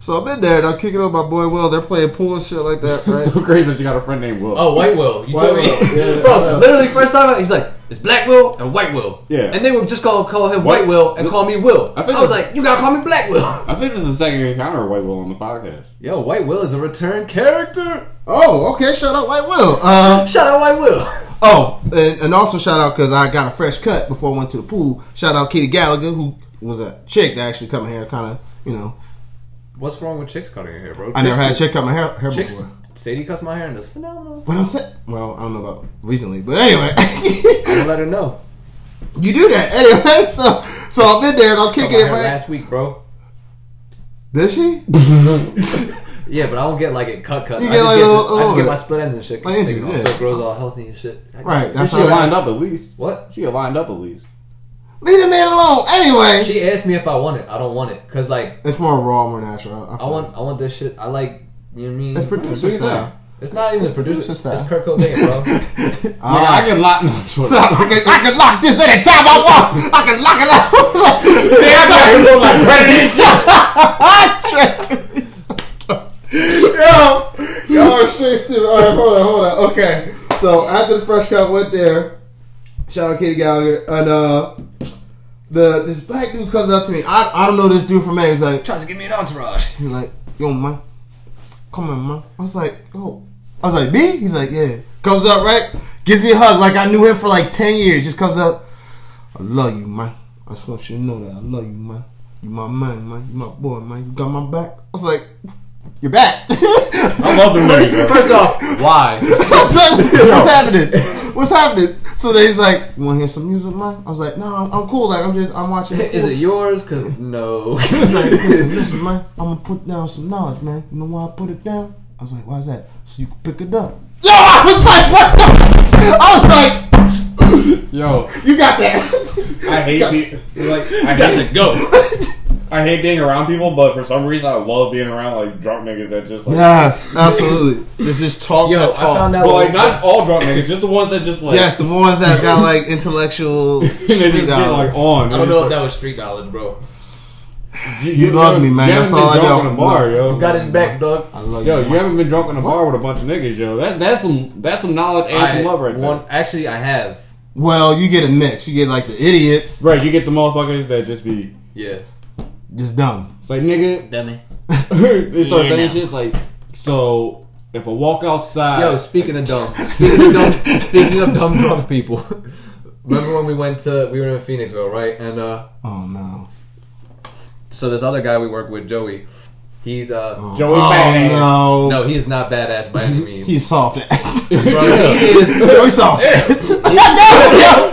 S3: so I've been there and I'm kicking it with my boy Will, they're playing pool and shit like that,
S2: It's
S3: right?
S2: [LAUGHS]
S3: [LAUGHS]
S2: so crazy that you got a friend named Will.
S1: Oh, White Will. You
S3: White
S1: told me. [LAUGHS]
S3: Will, yeah,
S1: Bro,
S3: yeah.
S1: literally, first time, I- he's like, it's Black Will and White Will.
S2: Yeah.
S1: And they would just call, call him
S2: What?
S1: White Will and call me Will.
S2: I
S1: I,
S2: think
S1: was
S2: it's-
S1: like, you gotta call me Black [LAUGHS] Will.
S2: I think this is the second encounter of White Will on the podcast.
S1: Yo, White Will is a return character.
S3: oh, okay, shout out White Will. Uh,
S1: Shout out White Will.
S3: oh, and, and also shout out because I got a fresh cut before I went to the pool. Shout out Katie Gallagher, who was a chick that actually cut my hair kind of, you know.
S1: [LAUGHS] What's wrong with chicks cutting your hair, bro?
S3: I
S1: Chicks
S3: never had a
S1: do-
S3: chick cut my hair, hair
S1: Chicks,
S3: before.
S1: Sadie cuts my hair and does phenomenal.
S3: What I'm saying? Well, I don't know about recently, but anyway, [LAUGHS]
S1: I'm gonna let her know.
S3: you do that anyway. [LAUGHS] So, so I've been there and I'm
S1: Cut
S3: kicking
S1: my
S3: it
S1: hair
S3: right.
S1: last week, bro.
S3: Did she?
S1: Yeah, but I don't get like it cut cut.
S3: You
S1: I
S3: get,
S1: just,
S3: like,
S1: get,
S3: a little-
S1: I just
S3: little
S1: get my
S3: bit.
S1: split ends and shit.
S3: Like,
S1: taken
S3: yeah.
S1: off, So it grows all healthy and shit.
S3: Right.
S2: This
S3: That's
S2: shit
S3: how
S2: lined
S3: lined up.
S2: up at least.
S1: What?
S2: She lined up at least.
S3: Leave the man alone. Anyway,
S1: She asked me if I want it. I don't want it cause like
S3: it's more raw, more natural. I,
S1: I want I want this shit. I like you know what I mean.
S3: It's producer style. [LAUGHS]
S1: It's not even his producer.
S3: producer style.
S1: It's Kurt Cobain,
S3: [LAUGHS]
S1: bro.
S2: Nigga, I
S3: Ah.
S2: can lock no, I'm sorry.
S3: So I can, I can lock this at a time I want. I can lock it
S2: [LAUGHS] Nigga, I got you look like credit and shit.
S3: up. yo, yo, straight stupid. All right, hold on, hold on. Okay, so after the fresh cut went there, Shout out Katie Gallagher. And uh, the this black dude comes up to me. I, I don't know this dude from man. He's like,
S1: Tries to give me an entourage.
S3: He's like, yo, man. Come on, man. I was like, oh. I was like, me? He's like, yeah. Comes up, right? Gives me a hug like I knew him for like 10 years. Just comes up. I love you, man. I just want you to know that. I love you, man. You my man, man. You my boy, man. You got my back. I was like, you're back. [LAUGHS]
S2: I love the movie. bro.
S1: [LAUGHS] First off, why?
S3: What's happening? What's happening? What's happening? So then he's like, "You want to hear some music, man?" I was like, "No, I'm, I'm cool. Like I'm just I'm watching."
S1: [LAUGHS] Is it yours? Cause no.
S3: He's like, listen, listen, man. I'm gonna put down some knowledge, man. You know why I put it down? I was like, why is that? So you can pick it up. Yo, I was like, what? The? I was like,
S2: yo,
S3: you got that?
S2: I hate people. Like, I hate
S1: it. Go.
S2: [LAUGHS] I hate being around people, but for some reason I love being around like drunk niggas that just like.
S3: [LAUGHS] yes, absolutely. It's just talk.
S1: Yo,
S3: that
S1: I
S3: talk.
S1: found out.
S2: But like not all drunk niggas, just the ones that just like
S3: Yes, the ones that
S1: [LAUGHS]
S3: got like
S2: [LAUGHS]
S3: intellectual.
S2: they just get like on.
S1: I don't know if that was street knowledge, bro.
S2: You,
S3: love me, man.
S2: You
S3: That's
S2: haven't
S3: all I
S2: been drunk
S3: know.
S2: in a bar, yo.
S1: Got his back, dog.
S3: I love
S2: Yo,
S3: you.
S2: you haven't been drunk in a bar with a bunch of niggas, yo. That that's some that's some knowledge and
S1: I-
S2: some love right
S1: one-
S2: there.
S1: Actually, I have.
S3: Well, you get a mix. You get like the idiots,
S2: Right, you get the motherfuckers that just be
S1: Yeah.
S3: just dumb.
S2: it's like nigga.
S4: Dummy.
S2: they start
S4: Yeah,
S2: saying
S4: no.
S2: shit like, so if I walk outside,
S1: Yo, speaking of dumb, speaking of dumb, speaking of dumb drunk people. Remember when we went to we were in Phoenixville, right? And uh,
S3: Oh no.
S1: so this other guy we work with, Joey, he's uh,
S2: Joey
S3: oh,
S2: Badass.
S3: No.
S1: no, he is not badass by any means.
S3: He's soft
S1: [LAUGHS]
S3: ass. [LAUGHS]
S1: Bro, he is.
S3: Joey soft
S1: [LAUGHS]
S3: ass.
S1: yo,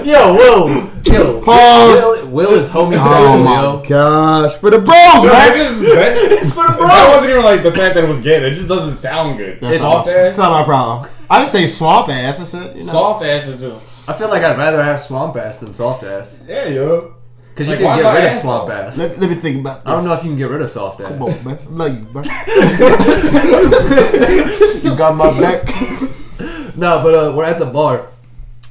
S1: yo, Will, yo,
S3: Pause.
S1: Will, Will is homosexual,
S3: Oh
S1: yo.
S3: my gosh. For the bros,
S2: Yo,
S3: man.
S2: that just- that-
S1: It's for the bro.
S2: That wasn't even like the fact that it was gay. It just doesn't sound good.
S3: That's
S2: soft
S3: not- That's
S2: ass.
S3: not my problem. I didn't say swamp ass. I said, you know.
S2: Soft ass is just
S1: I feel like I'd rather have swamp ass than soft ass
S2: yeah, yo.
S1: because
S2: Like,
S1: you
S2: why
S1: can
S2: is our
S1: get rid of
S2: ass
S1: swamp
S2: soft?
S1: ass.
S3: Let, let me think about this.
S1: I don't
S3: [LAUGHS]
S1: know if you can get rid of soft ass.
S3: Come on, man. I love
S1: [LAUGHS]
S3: you, bro. [LAUGHS]
S1: You got my back. [LAUGHS] no, but uh, we're at the bar,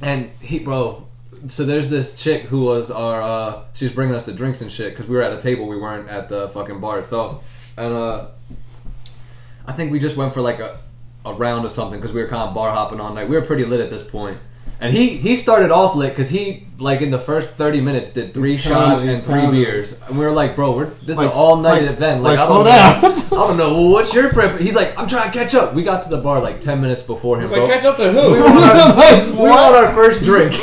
S1: and he, bro. So there's this chick who was our. Uh, she's bringing us the drinks and shit because we were at a table. We weren't at the fucking bar itself, and uh, I think we just went for like a, a round or something because we were kind of bar hopping all night. We were pretty lit at this point. And he, he started off lit because he like in the first thirty minutes did three
S3: He's
S1: shots
S3: pounding,
S1: and
S3: he's
S1: three
S3: pounding.
S1: beers, and we were like, bro, we're this is
S3: Like,
S1: an all night
S3: like,
S1: event.
S3: like,
S1: Like, I
S3: slow
S1: don't
S3: down.
S1: know. [LAUGHS] I don't know. Well, what's your prep? He's like, I'm trying to catch up. We got to the bar like ten minutes before him,
S2: Like
S1: bro.
S2: catch up to
S1: We were
S2: who?
S1: on our,
S3: Like,
S1: we were
S3: what?
S1: on our first drink.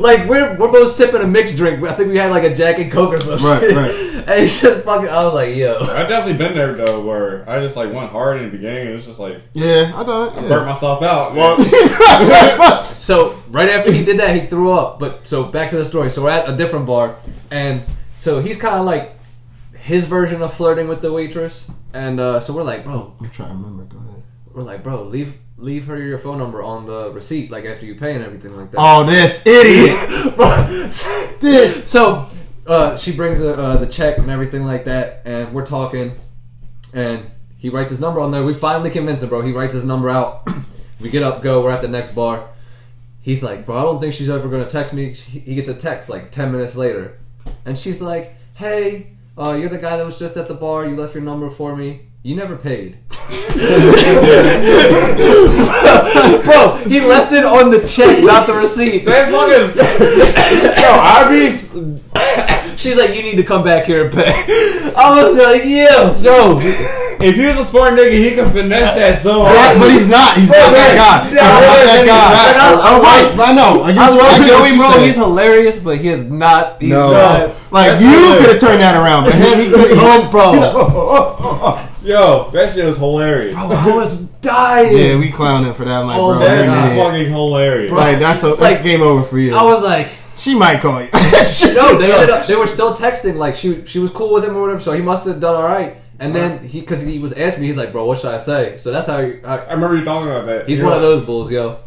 S1: [LAUGHS] like we're we're both sipping a mixed drink. I think we had like a Jack and Coke or some
S3: Right,
S1: shit.
S3: right.
S1: [LAUGHS] And it's just fucking. I was like, yo,
S2: I've definitely been there though, where I just like went hard in the beginning, and it's just like
S3: yeah, I don't.
S2: burnt
S3: Yeah.
S2: myself out.
S1: Well-
S2: man.
S1: So right after he did that, he threw up. But so back to the story. So we're at a different bar, and so he's kind of like his version of flirting with the waitress. And uh, so we're like, bro,
S3: I'm trying to remember. Go ahead.
S1: we're like, bro, leave leave her your phone number on the receipt, like after you pay and everything like that.
S3: Oh, this
S1: [LAUGHS]
S3: idiot.
S1: Bro, so-
S3: This.
S1: so uh, she brings the uh, the check and everything like that, and we're talking, and he writes his number on there. We finally convince him, bro. He writes his number out. [CLEARS THROAT] we get up, go. We're at the next bar. He's like, bro, I don't think she's ever gonna text me. She- He gets a text like ten minutes later, and she's like, hey, uh, you're the guy that was just at the bar. You left your number for me. You never paid. [LAUGHS] bro, he left it on the check, not the receipt.
S2: That's fucking. Yo, I be s-
S1: [LAUGHS] She's like, you need to come back here and pay. [LAUGHS] I was like, yeah. [LAUGHS]
S2: yo. If he was a smart nigga, he could finesse that so
S3: That-
S2: hard.
S3: but he's not. He's not that guy. He's
S1: Yeah,
S3: not that
S2: he's
S3: guy.
S1: not.
S3: I'm right. I know. I, get
S1: I
S3: you-
S1: love
S3: get what
S1: Joey,
S3: you
S1: bro.
S3: saying.
S1: He's hilarious, but he is not. He's
S3: no.
S1: not.
S3: Like,
S2: That's
S3: you
S2: hilarious.
S3: could have turned that around, but him, he could
S1: Oh,
S3: have.
S1: [LAUGHS] bro.
S3: [LAUGHS]
S2: Yo, that shit was hilarious.
S1: Bro, Oh, I was dying.
S3: Yeah, we clowned him for that. I'm like,
S1: Oh,
S3: bro,
S1: man.
S3: you're an
S2: that is
S3: idiot.
S2: fucking hilarious.
S3: Like, that's, a, that's
S1: Like,
S3: game over for you.
S1: I was like,
S3: she might call you. [LAUGHS]
S1: no, they, were- they were still texting. Like she, she was cool with him or whatever. So he must have done all right. And then he, because he was asking me, he's like, bro, what should I say? So that's how. he- I,
S2: I remember you talking about that.
S1: he's
S2: You're
S1: one of
S2: like,
S1: those bulls, yo.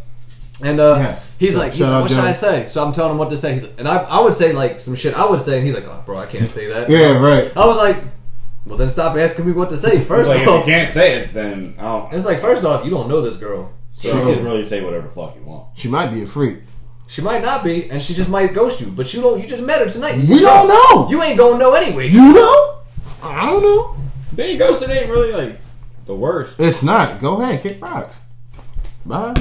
S1: And uh,
S3: Yes.
S1: he's like, he's
S3: Shout out
S1: like what should
S3: Joey.
S1: I say? So I'm telling him what to say. He's and I, I would say like some shit I would say, and he's like, oh, bro, I can't say that.
S3: yeah, right.
S1: I was like, well, then stop asking me what to say. First
S2: Like, if
S1: [LAUGHS]
S2: you
S1: off,
S2: can't say it, then I don't.
S1: it's like first off, you don't know this girl.
S2: So
S3: True.
S2: you can really say whatever the fuck you want.
S3: She might be a freak.
S1: She might not be, and she just might ghost you. But you don't. You just met her tonight.
S3: We don't know.
S1: You ain't gonna know anyway.
S3: You know? I don't know.
S2: Being ghosted ain't really like the worst.
S3: It's not. Go ahead, kick rocks. Bye.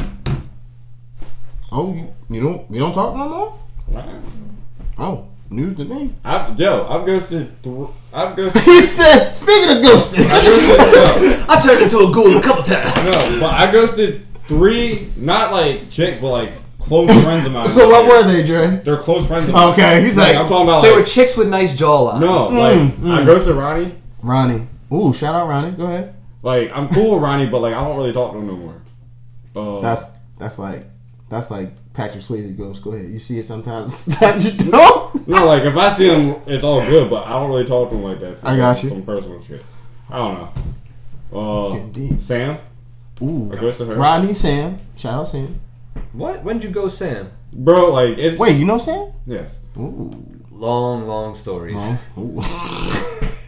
S3: Oh, you, you don't you don't talk no more?
S2: Man.
S3: Oh, news to me. [LAUGHS]
S2: I, yo, I've ghosted. Th- I've
S3: He
S2: ghosted. [LAUGHS]
S3: said, speaking of
S2: I
S3: ghosting.
S2: ghosted no,
S1: I turned into a ghoul a couple times.
S2: no, but I ghosted three, not like chicks, but like close friends of mine.
S3: [LAUGHS] [LAUGHS] so what were they, Dre?
S2: They're close friends of mine.
S3: Okay, he's
S2: Like,
S3: like,
S2: I'm talking about.
S1: They
S2: Like,
S1: were chicks with nice jawlines.
S2: no, like
S3: Mm,
S2: I
S3: mm.
S2: ghosted Ronnie.
S3: Ronnie. Ooh, shout out Ronnie. Go ahead.
S2: Like I'm cool with Ronnie, but like I don't really talk to him no more. Uh,
S3: That's that's like that's like Patrick Swayze ghost. Go ahead. You see it sometimes. [LAUGHS] Stop your dog.
S2: no, like if I see him, it's all good, but I don't really talk to him like that.
S3: I got you.
S2: Some personal shit. I don't know. Uh,
S3: Getting deep.
S2: Sam,
S3: Ooh.
S2: I ghosted her.
S3: Ronnie Sam. Shout out Sam.
S1: What? When'd you go, Sam?
S2: Bro, like it's
S3: Wait, you know Sam?
S2: Yes.
S3: Ooh.
S1: Long, long stories.
S3: Oh, ooh. [LAUGHS]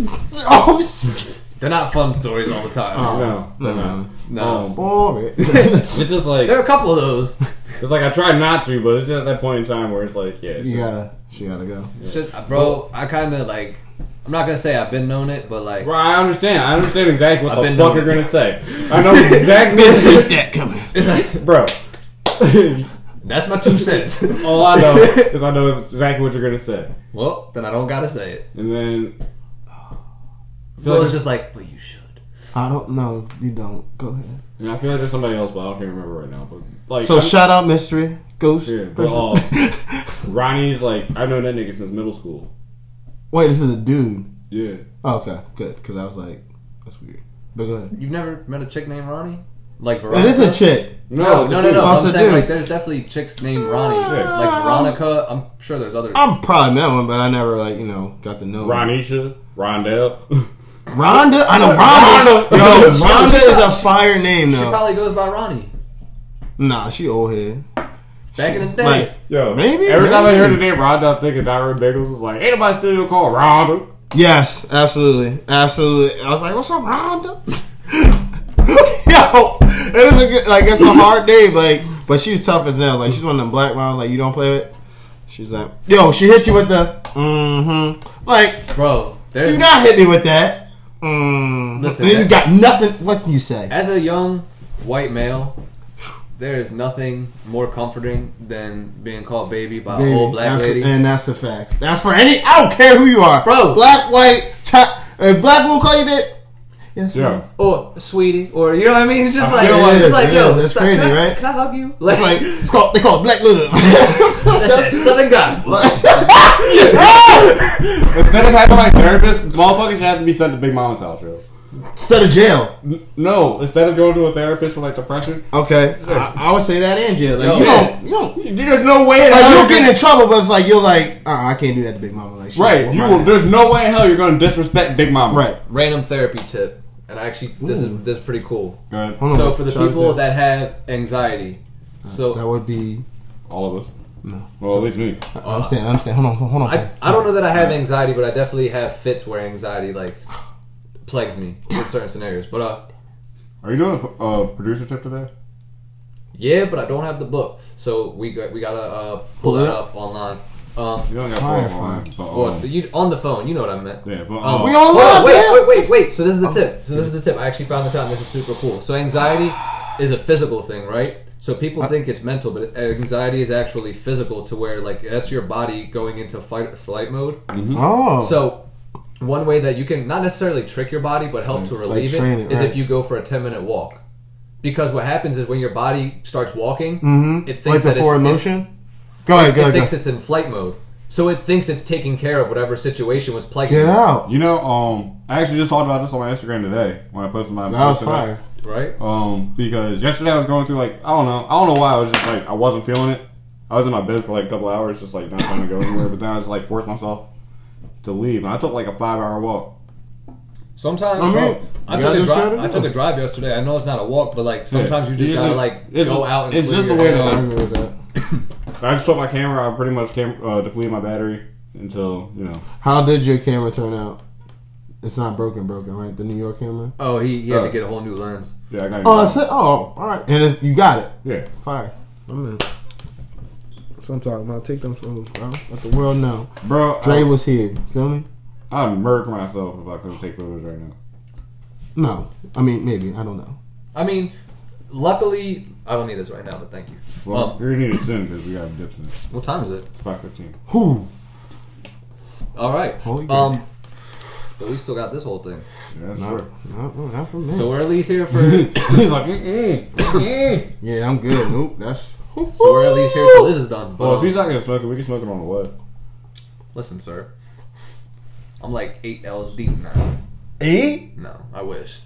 S3: oh shit.
S1: They're not fun stories all the
S3: Oh.
S1: time.
S2: No. No.
S3: No.
S1: No.
S3: Oh.
S2: Um,
S3: [LAUGHS] Boring.
S2: it's just like
S1: There are a couple of those.
S2: it's like I tried not to, but it's at that point in time where it's like yeah, it's
S3: you
S2: just,
S3: gotta. She gotta go.
S1: It's Just, uh, bro, I kind of like. I'm not gonna say I've been known it, but like,
S2: Bro, I understand. I understand exactly what
S1: I've
S2: the
S1: been
S2: fuck
S1: knowing.
S2: you're gonna say. I know exactly. what
S3: [LAUGHS] that coming.
S1: it's like,
S2: Bro,
S1: that's my two cents.
S2: all I
S3: [LAUGHS]
S2: know is I know exactly what you're gonna say,
S1: [LAUGHS] well, then I don't gotta say it.
S2: and then I feel
S1: Well,
S2: like
S1: it's just like, but you should.
S3: I don't know. You don't. Go ahead.
S2: and I feel like there's somebody else, but I don't even remember right now. But like,
S3: So
S2: I'm-
S3: shout out mystery ghost.
S2: Yeah, but, oh.
S3: person.
S2: Ronnie's like I've known that nigga since middle school.
S3: [LAUGHS] Wait, this is a dude.
S2: Yeah,
S3: Oh, okay, good. Because I was like, that's weird. But go ahead.
S1: You've never met a chick named Ronnie? Like
S3: It
S1: Veronica?
S3: is a chick.
S1: No,
S2: it's
S1: no, no,
S2: a dude.
S1: no. I'm
S3: Also,
S1: saying
S3: dude.
S1: like, there's definitely chicks named Ronnie, like Veronica. I'm sure there's other.
S3: I'm probably met one, but I never like you know got to know her.
S2: Ronisha, Rondell. [LAUGHS]
S3: Rhonda. I know Rhonda.
S2: Rhonda. [LAUGHS]
S3: Yo, Rhonda is a fire name
S1: She
S3: though.
S1: probably goes by Ronnie.
S3: nah, she old head.
S1: Back in the day,
S3: Like
S2: Yo,
S3: Maybe,
S2: every time I
S3: maybe.
S2: hear the name Rhonda, I'm thinking Diary Bagels was like, ain't nobody still called Rhonda.
S3: yes, absolutely, absolutely. I was like, what's up, Rhonda? [LAUGHS] Yo, it is a good like it's a hard name. Like, but she was tough as nails. Like she's one of them black moms. Like you don't play with. She's like, yo, she hits you with the mm-hmm. Like
S1: bro. There's
S3: Do not hit me with that. Mm.
S1: Listen,
S3: then you
S1: that-
S3: got nothing. What can you say?
S1: as a young white male, there is nothing more comforting than being called baby by
S3: Baby,
S1: a old black
S3: that's-
S1: lady.
S3: And that's the fact. That's for any. I don't care who you are,
S1: Bro.
S3: Black, white, chi- if black will call you that. Yes,
S2: Yeah.
S3: ma'am.
S1: or sweetie, or you know what I mean? It's just like,
S3: it is,
S1: it's like,
S3: it
S1: yo,
S3: is. It's
S1: stop,
S3: crazy,
S1: can I,
S3: right?
S1: Can I hug you?
S3: It's like it's called. They call it black love.
S1: that's that Southern gospel.
S2: Instead of having like therapists, motherfuckers should have to be sent to Big Mama's house, yo.
S3: Instead of jail.
S2: N- No, instead of going to a therapist for like depression,
S3: Okay, I, I would say that and jail. Like
S1: Yo,
S3: you
S1: yeah.
S3: don't, you don't.
S2: there's no way. In
S3: Like
S2: hell
S3: you'll get in trouble, but it's like you're like, uh, I can't do that to Big Mama. Like,
S2: [LAUGHS]
S3: she-
S2: right. You will, there's no way in hell you're going to disrespect Big Mama.
S3: right.
S1: Random therapy tip, and I actually this
S3: Ooh.
S1: is this is pretty cool.
S2: Good.
S3: Hold on.
S1: So for the
S3: Shout out
S1: people
S3: to-
S1: that have anxiety, so
S3: that would be.
S2: All of us.
S3: No.
S2: Well, at least me.
S3: I'm saying, I'm saying. Hold on, hold on.
S1: Uh, I, I don't know that I have anxiety, but I definitely have fits where anxiety like plagues
S3: [SIGHS]
S1: me in certain scenarios. But uh,
S2: Are you doing a uh, producer tip today?
S1: yeah, but I don't have the book, so we got we gotta uh, pull
S3: Pull it
S1: that
S3: up.
S1: up online. Um,
S2: You don't got
S3: Fire,
S2: four lines, but,
S1: well,
S2: um,
S1: you on the phone? You know what I meant.
S2: yeah, but
S1: Um,
S2: um,
S3: We all
S1: Hold on,
S3: love
S1: wait,
S3: that.
S1: wait, wait, wait. So this is the tip. So this is the tip. I actually found this out. and This is super cool. So anxiety is a physical thing, right? So people
S3: Uh,
S1: think it's mental, but anxiety is actually physical. To where like that's your body going into fight or flight mode.
S2: mm-hmm.
S3: Oh,
S1: So one way that you can not necessarily trick your body, but help to
S3: Mm, Like- like
S1: relieve it,
S3: train it,
S1: is
S3: right.
S1: if you go for a ten minute walk. Because what happens is when your body starts walking, it
S3: Mm-hmm. like
S1: thinks that
S3: before
S1: it's, it-
S3: emotion. Go ahead, go
S1: it
S3: ahead. Go.
S1: thinks it's in flight mode. So it thinks it's taking care of whatever situation was plaguing
S3: Get
S1: you,
S3: out.
S2: you know, um, I actually just talked about this on my Instagram today when I posted my.
S3: That was
S2: post today.
S3: fire.
S1: right?
S2: Um, because yesterday I was going through like I don't know, I don't know why I was just like I wasn't feeling it. I was in my bed for like a couple hours, just like not trying to go anywhere. But then I just like forced myself to leave, and I took like a five hour walk.
S1: Sometimes
S2: Oh,
S1: I,
S3: I mean,
S1: I
S3: you
S1: took
S3: gotta
S1: a
S3: shout
S1: drive.
S3: it
S1: I took
S3: out.
S1: a drive yesterday. I know it's not a walk, but like sometimes
S2: Yeah.
S1: you just
S2: You
S1: gotta
S2: just-
S1: like
S2: it's
S1: go
S2: just-
S1: out and
S2: it's
S1: clear
S2: just
S1: your
S2: the way
S1: head.
S2: that
S3: I agree with that.
S2: I just took my camera. I pretty much cam- uh, depleted my battery until you know.
S3: How did your camera turn out? It's not broken, broken, right? The New York camera.
S1: Oh, he, he had
S2: Oh.
S1: to get a whole new lens.
S2: Yeah, I got.
S3: Oh, that's it. Oh, all right. And it's, you got it.
S2: Yeah,
S3: Fire. I'm in. That's what I'm talking about. Take them photos, bro. Let the world know.
S2: bro.
S1: Oh.
S3: Dre
S2: I,
S3: was here. Feel me?
S2: I'd murder myself if I couldn't take photos right now.
S3: No, I mean maybe. I don't know.
S1: I mean, luckily, I don't need this right now, but thank you.
S2: Well,
S1: Um,
S2: we're gonna need it soon because we got dips in it.
S1: what time is it?
S2: Five fifteen.
S3: Who?
S1: All right.
S3: Holy
S1: um, but we still got this whole thing.
S2: Yeah, that's
S3: Not,
S2: right.
S3: not, not
S2: Hmm.
S3: for me.
S1: So we're at least here
S2: [LAUGHS]
S1: for.
S2: He's like, mm-mm, mm-mm.
S3: yeah, I'm
S1: [LAUGHS]
S3: good. Nope, that's.
S1: so we're at least here till this is done. But
S2: well, if
S1: um,
S2: he's not gonna smoke it, we can smoke it on the way.
S1: listen, sir, I'm like eight L's deep now.
S3: Eight?
S1: No, I wish.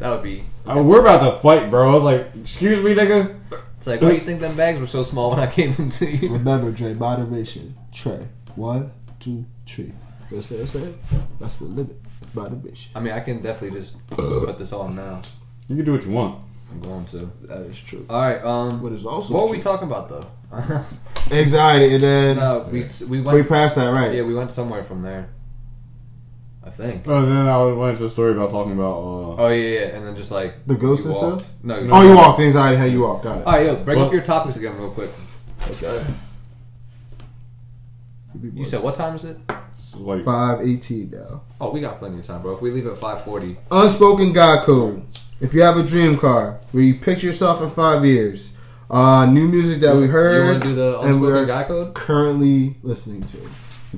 S1: That would be.
S2: I mean, we're about to fight, bro. I was like, excuse me, nigga.
S1: It's like, why you think them bags were so small when I [LAUGHS] gave them to you?
S3: Remember, Dre, moderation. Trey. One, two, three. That's what I'm saying. That's the limit. Moderation.
S1: I mean, I can definitely just put this on now.
S2: You can do what you want.
S1: I'm going to.
S3: That is true.
S1: All right. Um,
S3: What is also
S1: what were
S3: true.
S1: we talking about though? [LAUGHS]
S3: Anxiety, and then
S1: no, we we went.
S3: we passed that, right?
S1: Yeah, we went somewhere from there. I think.
S2: Oh, then I went to a story about talking about. Uh,
S1: Oh yeah, yeah, and then just like
S3: The ghosts
S1: you
S3: and
S1: walked.
S3: stuff?
S1: No.
S3: Oh, you walked. Anxiety, how you walked. Got it.
S1: All right, yo, break up
S2: Well-
S1: your topics again real quick. Okay. You said what time is it?
S2: like,
S3: 518 now.
S1: Oh, we got plenty of time, bro. If we leave at five forty,
S3: Unspoken God Code. If you have a dream car where you picture yourself in five years, uh, new music that we
S1: you
S3: heard
S1: want to do the
S3: and we
S1: unspoken
S3: are
S1: guy code?
S3: currently listening to.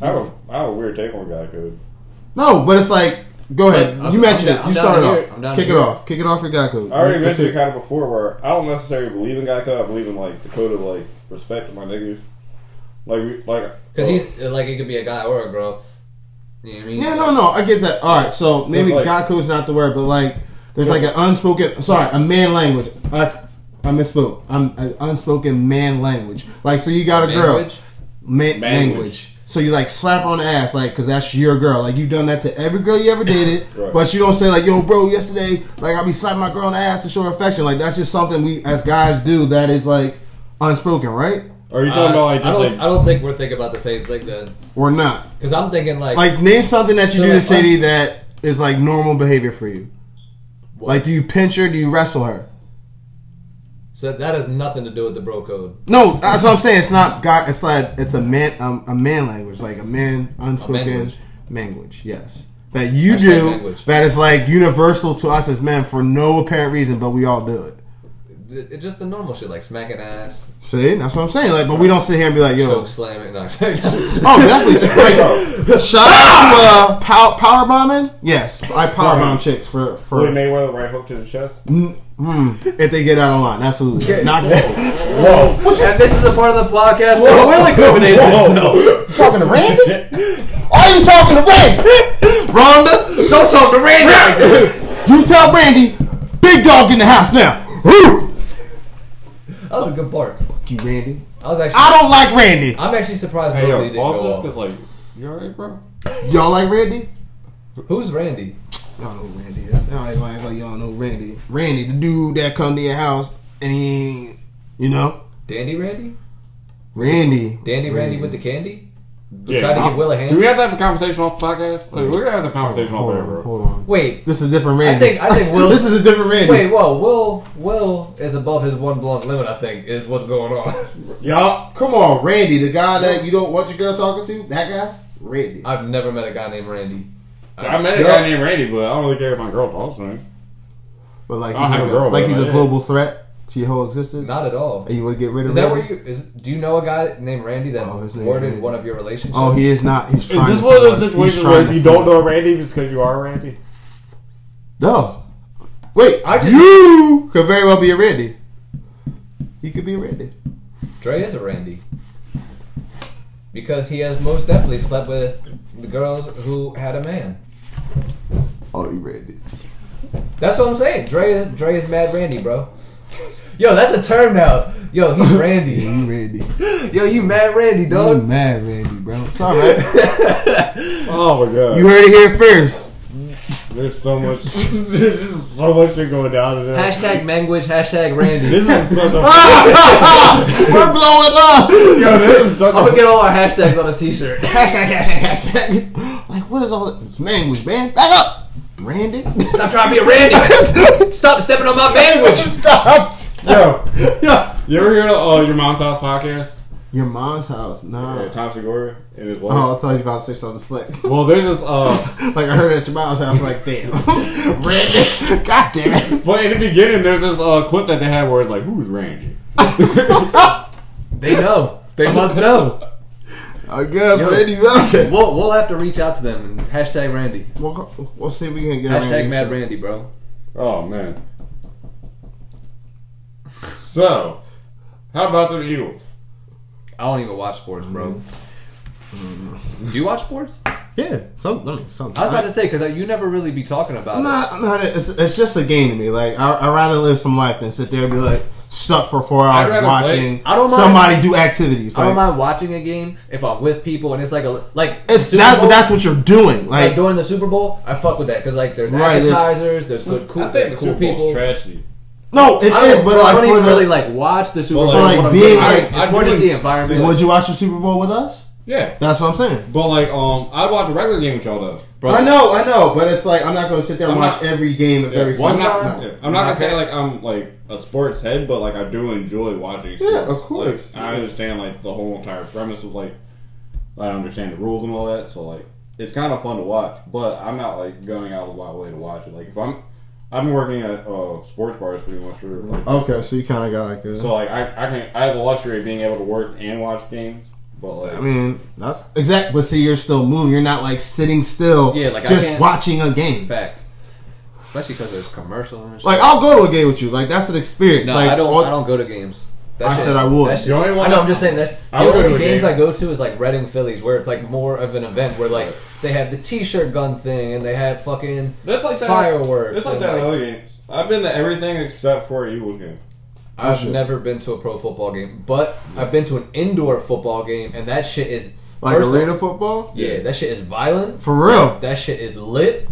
S2: I have, a, I have a weird take on guy code.
S3: No, but it's like, go ahead.
S1: I'm-
S3: you mentioned
S1: I'm down-
S3: it. you
S1: I'm down
S3: started
S1: to hear it.
S3: off.
S1: I'm down to
S3: Kick it
S1: hear it.
S3: off. Kick it off your God Code.
S2: I already
S3: That's
S2: mentioned it
S3: it.
S2: kind of before where I don't necessarily believe in guy code. I believe in like the code of like respect to my niggas. Like, we- like
S1: Because
S2: uh,
S1: he's like, it could be a guy or a girl. You know what I mean?
S3: Yeah, no, no. I get that. All right, so maybe
S2: like-
S3: God Code's not the word, but like, there's like an unspoken, sorry, a man language. I, I misspoke. I'm an unspoken man language. Like, so you got a girl.
S1: Language?
S3: man-
S2: Language.
S3: language. So you like slap her on the ass, like, cause that's your girl. Like you done that to every girl you ever dated,
S2: [LAUGHS] Right.
S3: but you don't say like, "Yo, bro, yesterday, like I be slapping my girl on the ass to show her affection." Like that's just something we as guys do that is like unspoken, right?
S2: Are you talking
S1: Uh,
S2: about like
S1: I
S2: just
S1: don't.
S2: like?
S1: I don't think we're thinking about the same thing then.
S3: Or not?
S1: Because I'm thinking like,
S3: Like name something that you
S1: So,
S3: do
S1: like,
S3: to Sadie that is like normal behavior for you.
S1: What?
S3: Like, do you pinch her? Do you wrestle her?
S1: so that has nothing to do with the bro code.
S3: No, that's what I'm saying. It's not God. It's like it's a man, um, a man language, like a man unspoken
S1: language.
S3: language. Yes, that you
S1: Hashtag
S3: do.
S1: language.
S3: That is like universal to us as men for no apparent reason, but we all do it.
S1: It, it's just the normal shit like smacking ass,
S3: See, that's what I'm saying. Like, but we don't sit here and be like, yo,
S1: choke slamming. [LAUGHS] No,
S3: [LAUGHS] oh,
S1: [LAUGHS]
S3: definitely. Like, shout out to uh, pow- power bombing. Yes, I power bomb chicks for
S2: Floyd
S3: for.
S2: Mayweather right hook to the chest.
S3: Mm, mm, if they get out of line, absolutely. [LAUGHS] Knock them.
S2: Whoa!
S1: and this is the part of the podcast where we'll incriminate
S2: Whoa!
S3: talking to Randy? Are you talking to Randy? [LAUGHS] Rhonda,
S1: Don't talk to Randy like that.
S3: You tell Randy, big dog in the house now.
S1: That was a good part.
S3: Fuck you, Randy.
S1: I was actually.
S3: I don't like Randy.
S1: I'm actually surprised
S2: Hey,
S1: Brooklyn
S2: yo,
S1: didn't
S2: pause
S1: go
S2: this
S1: off.
S2: 'cause, like, you alright, bro?
S3: Y'all like Randy?
S1: Who's Randy?
S3: Y'all know who Randy. is. Y'all ain't gonna act like y'all know Randy. Randy, the dude that come to your house and he, ain't- you know,
S1: Dandy Randy?
S3: Randy.
S1: Dandy Randy with the candy?
S2: Yeah.
S1: Tried to get Will a
S2: Do
S1: hand?
S2: we have to have a conversation off the podcast? Like, we're gonna have the conversation off
S3: Hold
S2: there,
S3: on,
S2: bro.
S3: hold on.
S1: Wait.
S3: This is a different Randy.
S1: think- I think Will-
S3: [LAUGHS] this is a different Randy.
S1: Wait, whoa, Will Will is above his one blunt limit, I think, is what's going on. [LAUGHS]
S3: Y'all, come on, Randy, the guy that you don't want your girl talking to, that guy, Randy.
S1: I've never met a guy named Randy.
S2: I met a
S3: Yeah.
S2: guy named Randy, but I don't really care if my girl calls me.
S3: But like,
S2: I don't
S3: he's
S2: have
S3: like,
S2: a
S3: a,
S2: girl,
S3: like
S2: but
S3: he's
S2: I-
S3: a global threat to your whole existence.
S1: Not at all.
S3: and you want to get rid of
S1: Is that
S3: Randy?
S1: where you is do you know a guy named Randy that
S3: Oh, his name's
S1: thwarted
S3: Randy.
S1: one of your relationships?
S3: Oh, he is not. He's
S2: Is
S3: trying.
S2: this
S3: to
S2: one of those
S3: thwart-
S2: situations
S3: he's
S2: where
S3: trying
S2: you
S3: to
S2: don't
S3: thwart-
S2: know Randy just because you are Randy?
S3: No. Wait,
S1: I just-
S3: you could very well be a Randy. He could be a Randy.
S1: Dre is a Randy. Because he has most definitely slept with the girls who had a man.
S3: Oh, you Randy.
S1: That's what I'm saying. Dre is Dre is mad Randy, bro. [LAUGHS] Yo, that's a term now. Yo,
S3: [LAUGHS]
S1: he's Randy. [LAUGHS]
S3: You Randy.
S1: Yo, you mad Randy,
S3: You
S1: dog.
S3: mad Randy, bro. It's all right. Mm.
S2: Oh my god.
S3: you heard it here first.
S2: There's
S1: [LAUGHS]
S2: so much. There's [LAUGHS] so much shit going down today.
S1: [LAUGHS] Hashtag language, hashtag Randy.
S2: This is such
S1: [LAUGHS]
S2: a.
S3: [LAUGHS] We're blowing up.
S2: yo, this is such
S1: I'm
S2: a.
S1: gonna get all our hashtags on a
S3: [LAUGHS]
S1: t-shirt.
S3: hashtag, hashtag, hashtag. Like, what is all that? It's language, man. Back up. Randy. [LAUGHS]
S1: Stop trying to be a Randy. Stop stepping on my language.
S2: [LAUGHS]
S3: Stop.
S2: Yo,
S3: Yeah.
S2: you ever hear the, uh, your mom's house podcast?
S3: Your mom's house? Nah.
S2: Yeah, Tom Segura and his wife.
S3: Oh, I thought you were about to say something slick.
S2: Well, there's this. Uh,
S3: [LAUGHS] like I heard it at your mom's house. Like damn, [LAUGHS] Randy, [LAUGHS] god damn it,
S2: but in the beginning, there's this uh, clip that they had where it's like, "Who's Randy?"
S1: They know. They must know.
S3: I guess
S1: Yo.
S3: Randy Mountain.
S1: We'll, we'll have to reach out to them and hashtag Randy.
S3: We'll, go- we'll see if we can get
S1: Hashtag
S3: Randy.
S1: Mad Randy, bro.
S2: Oh man. So, how about the Eagles?
S1: I don't even watch sports, bro. Do you watch sports? Mm-hmm. I
S3: Yeah, some. I mean, some.
S1: was about to say because you never really be talking about
S3: I'm
S1: it.
S3: not. I'm not. It's, it's just a game to me. Like I, I'd rather live some life than sit there and be like stuck for four
S2: I'd
S3: hours
S2: rather
S3: watching
S2: play-
S1: I don't mind-
S3: somebody do activities.
S1: I
S3: Like,
S1: don't mind watching a game if I'm with people and it's like a like
S3: It's
S1: Super
S3: that.
S1: Bowl-
S3: That's what you're doing.
S1: like
S3: Like,
S1: during the Super Bowl. I fuck with that because like there's
S3: Right, it-
S1: appetizers, there's good cool,
S2: I think the
S1: cool
S2: Super Bowl's
S1: people.
S2: trashy.
S3: no, it
S1: I don't,
S3: is. But
S1: I
S3: like,
S1: don't
S3: for
S1: even
S3: the,
S1: really like watch the Super
S2: Well,
S1: Bowl. It's
S2: like,
S3: like,
S1: what I'm
S3: being,
S1: doing.
S3: like-
S1: it's more just the environment.
S3: would you watch the Super Bowl with us?
S2: Yeah,
S3: That's what I'm saying.
S2: but like, um, I watch a regular game with y'all though.
S1: Bro,
S3: I know, I know, but it's like I'm not going to sit there and
S2: I'm
S3: watch
S2: not-
S3: every game of every
S2: Well,
S3: single
S2: I'm not,
S1: time?
S2: yeah, I'm not gonna
S1: Okay.
S2: say like I'm like a sports head, but like I do enjoy watching.
S3: Yeah,
S2: sports.
S3: of course.
S2: Like, I understand like the whole entire premise of like I understand the rules and all that, so like it's kind of fun to watch. But I'm not like going out of my way to watch it. Like if I'm, I've been working at uh, sports bars pretty much for like,
S3: Okay, so you kind of got like a.
S2: so like I I can I have the luxury of being able to work and watch games, but like
S3: I mean, that's exact. But see, you're still moving. You're not like sitting still.
S1: Yeah, like, I
S3: just
S1: can't-
S3: watching a game.
S1: facts, especially because there's commercials and shit.
S3: Like I'll go to a game with you. Like that's an experience.
S1: no,
S3: like
S1: I don't.
S3: all-
S1: I don't go to games. That
S3: I
S1: shit
S3: said
S1: is-
S3: I would.
S1: that shit-
S2: The only one
S1: I know.
S2: I-
S1: I'm just saying that the
S2: I would go to
S1: only
S2: a
S1: games
S2: game.
S1: I go to is like Reading Phillies, where it's like more of an event where like they have the T-shirt gun thing and they have fucking
S2: that's like that,
S1: fireworks.
S2: That's like
S1: and,
S2: that in other games. I've been to everything except for Eagles game.
S1: I've
S3: shit.
S1: never been to a pro football game, but I've been to an indoor football game, and that shit is
S3: like
S1: first
S3: arena
S1: off-
S3: football
S1: yeah, that shit is violent.
S3: for real.
S1: That shit is lit.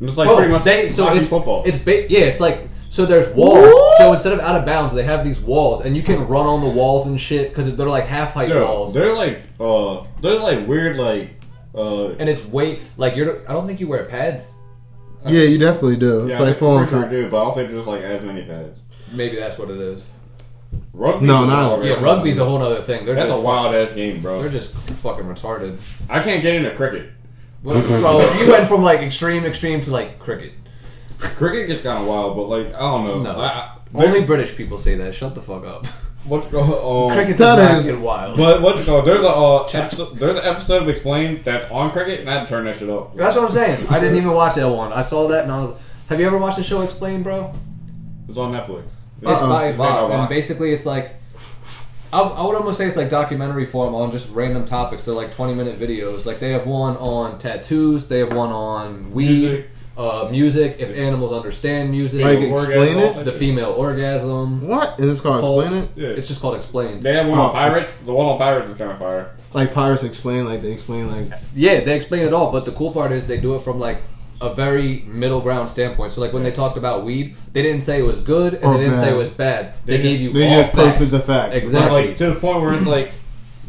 S2: It's like
S1: Bro,
S2: pretty much
S1: Oh, they- so
S2: hockey
S1: it's
S2: football.
S1: It's ba- yeah, it's like so. There's walls.
S3: What?
S1: So instead of out of bounds, they have these walls, and you can run on the walls and shit because they're like half height
S2: Yeah,
S1: walls.
S2: They're like uh they're like weird like uh
S1: and it's weight like you're. I don't think you wear pads.
S3: Yeah, you definitely do.
S2: yeah,
S3: it's like full
S2: I'm
S3: on.
S2: pretty sure I do, but I don't think there's like as many pads.
S1: Maybe that's what it is.
S2: Rugby
S3: No, not-
S1: Yeah, rugby's a whole other thing. They're
S2: That's
S1: just
S2: a wild ass game,
S1: They're
S2: bro.
S1: just fucking
S3: [LAUGHS]
S1: retarded.
S2: I can't get into cricket.
S1: Well, bro, you went from like extreme, extreme to like cricket.
S2: Cricket gets kind of wild, but like I don't know.
S1: No,
S2: I, I,
S1: only
S2: there-
S1: British people say that. Shut the fuck [LAUGHS] up.
S2: what's going um,
S1: cricket
S3: That
S1: does
S3: is-
S1: not get wild.
S2: But what's going? There's a uh, episode, there's an episode of Explained that's on cricket, and I had to turn that shit up.
S1: that's what I'm saying. I didn't even watch that one. I saw that and I was. Have you ever watched the show Explain, bro?
S2: It's on Netflix. It's
S1: It's
S3: Uh-uh.
S1: by
S2: It's by
S1: Vox, and
S2: Vox.
S1: basically it's like I, I would almost say it's like documentary form on just random topics. They're like twenty minute videos. Like they have one on tattoos, they have one on weed,
S2: Music.
S1: Uh, music. If animals understand music,
S3: Like,
S2: Orgasm,
S3: explain
S2: all
S3: it?
S2: that
S1: the
S2: shit.
S1: female orgasm.
S3: What is this called?
S1: cults.
S3: Explain it.
S2: Yeah.
S1: It's just called explained.
S2: They have one on
S3: Oh.
S2: pirates. The one on pirates is kind of fire.
S3: Like pirates explain. Like they explain. Like
S1: Yeah, they explain it all, but the cool part is they do it from like a very middle ground standpoint. So like when they talked about weed, they didn't say it was good and
S3: Or
S1: they didn't say
S3: bad.
S1: it was bad. They,
S2: They
S1: gave
S2: just-
S1: you
S3: they
S1: all
S3: just posted
S1: facts.
S3: the facts.
S1: Exactly.
S2: But, like to the point where it's like,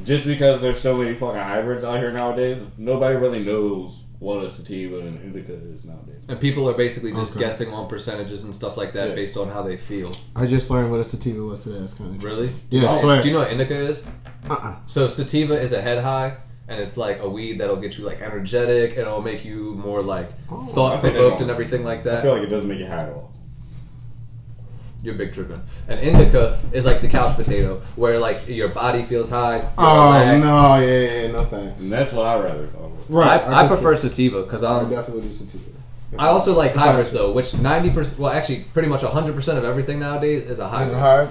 S2: just because there's so many fucking hybrids out here nowadays, nobody really knows what a sativa and indica is nowadays.
S1: And people are basically just
S3: Okay.
S1: guessing on percentages and stuff like that
S2: Yeah.
S1: based on how they feel.
S3: I just learned what a sativa was today. That's kind of
S1: Really?
S3: Yeah,
S1: Oh,
S3: I swear.
S1: Do you know what indica is?
S3: Uh-uh.
S1: So sativa is a head high, and it's like a weed that'll get you like energetic, and it'll make you more like
S3: Oh.
S1: thought
S2: I think I
S1: provoked
S2: know.
S1: and everything like
S2: I
S1: that.
S2: feel like it doesn't make you high at all.
S1: You're big tripping. And indica is like the couch potato, where like your body feels high. you're
S3: Oh
S1: relaxed.
S3: no! Yeah, yeah, yeah, no thanks.
S2: And that's what I rather call it.
S3: Right.
S1: I, I
S3: guess-
S1: prefer sativa because
S3: I
S1: I
S3: definitely do sativa.
S1: I also like
S3: If I-
S1: hybrids though, which ninety percent, well actually pretty much hundred percent of everything nowadays is a
S3: Is
S1: hybrid.
S3: it high?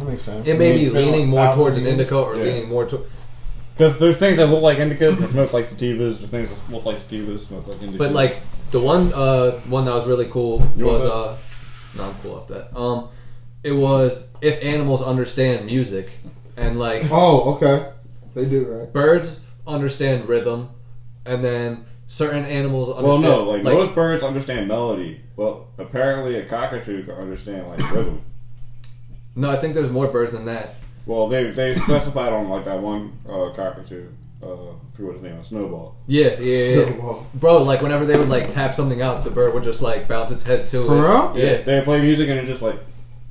S3: That makes sense.
S1: It may
S3: It's
S1: be
S3: been
S1: leaning
S3: like
S1: more
S3: thousands
S1: towards
S3: of
S1: an
S3: years.
S1: indica or
S2: Yeah.
S1: leaning more to.
S2: Because there's things that look like indicas that smoke like sativas. There's things that look like sativas smoke like indicas.
S1: But like the one uh, one that was really cool
S2: You want
S1: was uh, no, I'm cool off that. Um, it was if animals understand music, and like
S3: Oh, okay. They do right.
S1: birds understand rhythm, and then certain animals
S2: well,
S1: understand.
S2: no, like, most birds understand melody. Well, apparently a cockatoo can understand like rhythm.
S1: no, I think there's more birds than that.
S2: Well, they they specified on like that one uh, cockatoo. Uh, I forget what his name was, Snowball.
S1: Yeah,
S3: [LAUGHS]
S1: yeah, yeah.
S3: Snowball.
S1: bro. Like whenever they would like tap something out, the bird would just like bounce its head to
S3: For
S1: it.
S3: real?
S1: Yeah,
S2: They play music and it just like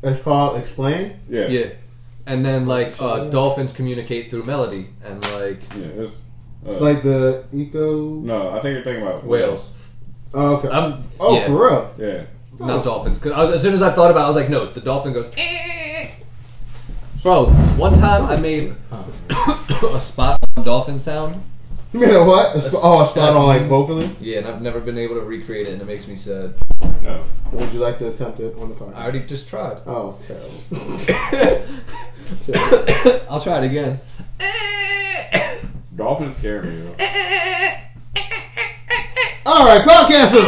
S3: It's called explain.
S2: yeah
S1: yeah. and then like uh, dolphins communicate through melody, and like
S2: Yeah, it's, uh,
S3: Like the eco.
S2: no, I think you're thinking about
S1: whales.
S3: Oh, okay.
S1: I'm,
S3: oh,
S1: yeah,
S3: for real? [LAUGHS]
S2: Yeah.
S1: not dolphins. Cause I was- as soon as I thought about, it, I was like, no, the dolphin goes. "Eh." Bro, one time I made [COUGHS] a spot on dolphin sound.
S3: You mean a what? A sp-
S1: That's-
S3: oh, a spot on like vocally.
S1: Yeah, and I've never been able to recreate it, and it makes me sad.
S2: No.
S3: Would you like to attempt it on the podcast?
S1: I already just
S3: [COUGHS]
S1: tried.
S3: Oh, terrible. [LAUGHS]
S1: I'll try it
S3: [COUGHS]
S1: again. [COUGHS]
S2: Dolphins scare me. though.
S3: All right, podcasting.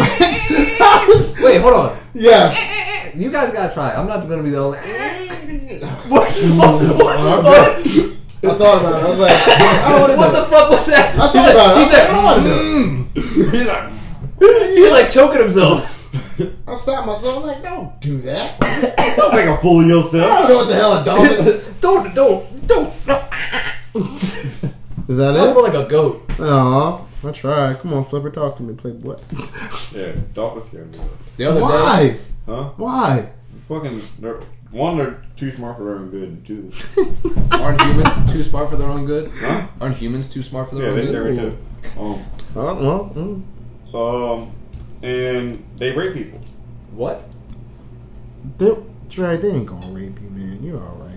S1: Wait, hold on.
S3: [LAUGHS] yes.
S1: You guys gotta try. it. I'm not gonna be the
S3: [COUGHS]
S1: only. what? What?
S3: I'm
S1: What?
S3: good. I thought about it. I
S1: [LAUGHS]
S3: was like, I don't want to
S1: What
S3: do
S1: the
S3: it.
S1: fuck was that?
S3: I thought about it. I
S1: He
S3: was like, I don't
S1: said, "Mm."
S3: want to do it.
S2: He's like,
S1: he's like choking himself.
S3: I stopped myself. I'm like, don't do
S1: [LAUGHS]
S3: that.
S2: don't make a fool of
S3: I don't
S2: yourself.
S3: know what the hell a
S1: [LAUGHS]
S3: dolphin is.
S1: don't, don't, don't. No.
S3: Is that
S1: That's
S3: it?
S1: more like a goat.
S3: Aw, I tried. Come on, Flipper, talk to me. Play [LAUGHS] what?
S2: Yeah, dolphins scare me.
S1: The other day,
S3: Why?
S2: though. Huh?
S3: Why?
S2: Fucking, they're, one, they're too smart for their own good, and two,
S1: aren't humans too smart for their own good?
S2: huh?
S1: Aren't humans too smart for their
S2: Yeah,
S1: own
S2: they
S1: good?
S2: scare me too. Um,
S3: Oh, well, mm.
S2: um, and they rape people.
S1: What?
S3: they, Trey, they ain't gonna rape you, man. You're all right.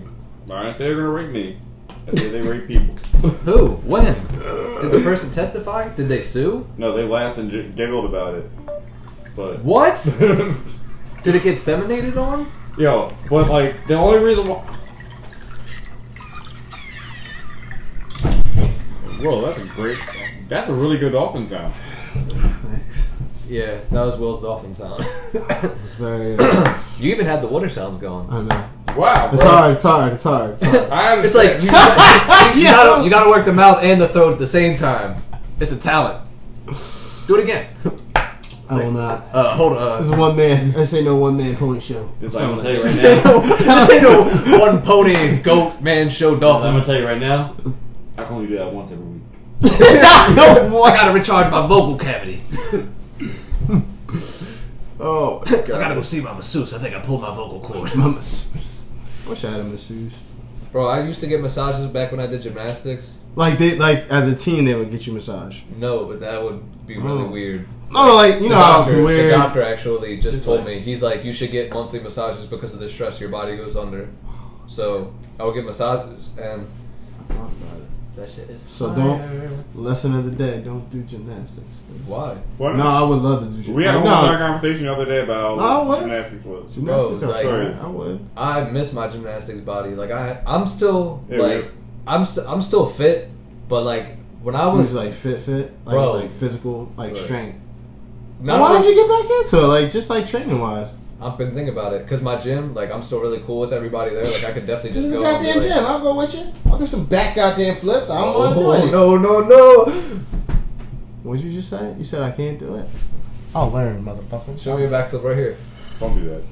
S2: I didn't say they're gonna rape me. I said they rape people.
S1: Who? When? Did the person testify? Did they sue?
S2: No, they laughed and j- giggled about it. But
S1: What? Did it get seminated on?
S2: [LAUGHS] yo, but like the only reason why. Whoa, that's a great. That's a really good dolphin sound.
S3: Thanks.
S1: Yeah, that was Will's dolphin sound. [LAUGHS]
S3: It's very. I [COUGHS]
S1: you even had the water sounds going.
S3: know.
S2: Wow,
S3: It's
S2: bro.
S3: hard. It's hard. It's hard. It's hard.
S2: I
S1: It's
S2: understand.
S1: like you, gotta, [LAUGHS] you, gotta, you gotta work the mouth and the throat at the same time. It's a talent. Do it again.
S3: [LAUGHS] I will not.
S1: Uh, hold on.
S3: This is one man. This ain't no one man pony show.
S2: It's like, I'm gonna tell [LAUGHS] you right
S1: [LAUGHS]
S2: now.
S1: this ain't no one pony and goat man show
S2: I'm
S1: dolphin.
S2: gonna tell you right now. I can only do that once every week.
S3: no
S1: I gotta recharge my vocal cavity.
S3: Oh [LAUGHS] my
S1: I gotta
S3: god.
S1: go see my masseuse. I think I pulled my vocal cord.
S3: My masseuse. Wish I had a masseuse.
S1: Bro, I used to get massages back when I did gymnastics.
S3: Like they like as a teen they would get you massage.
S1: No, but that would be really
S3: Oh.
S1: weird.
S3: No, like you know
S1: the
S3: how
S1: doctor, the
S3: weird.
S1: doctor actually just
S3: It's
S1: told
S3: like-
S1: me he's like you should get monthly massages because of the stress your body goes under. So I would get massages and
S3: I thought about it.
S1: that shit is
S3: So
S1: fire.
S3: don't- Lesson of the day: Don't do gymnastics.
S1: Why,
S2: What?
S3: No, I would love to do gymnastics.
S2: we had a whole entire
S3: no,
S2: conversation the other day about
S3: No,
S2: what
S3: what?
S2: gymnastics was.
S3: gymnastics
S1: Bro,
S3: are
S1: like-
S3: fun. I would.
S1: I miss my gymnastics body. Like I, I'm still
S2: Yeah,
S1: like
S2: yeah.
S1: I'm st- I'm still fit, but like when I
S3: I
S1: was
S3: was like fit, fit, like
S1: Bro.
S3: like physical, like
S1: Right.
S3: strength.
S1: not
S3: Why
S1: only-
S3: did you get back into it? Like just like training wise.
S1: I've been thinking about it because my gym, like I'm still really cool with everybody there. Like I could definitely
S3: Just
S1: just go. and be
S3: goddamn
S1: like,
S3: gym. I'll go with you. I'll do some back goddamn flips. I don't want to do
S1: Oh
S3: it.
S1: no no no!
S3: What did you just say? You said I can't do it. I'll learn, motherfucker.
S1: Show me a backflip right here.
S2: Don't do that.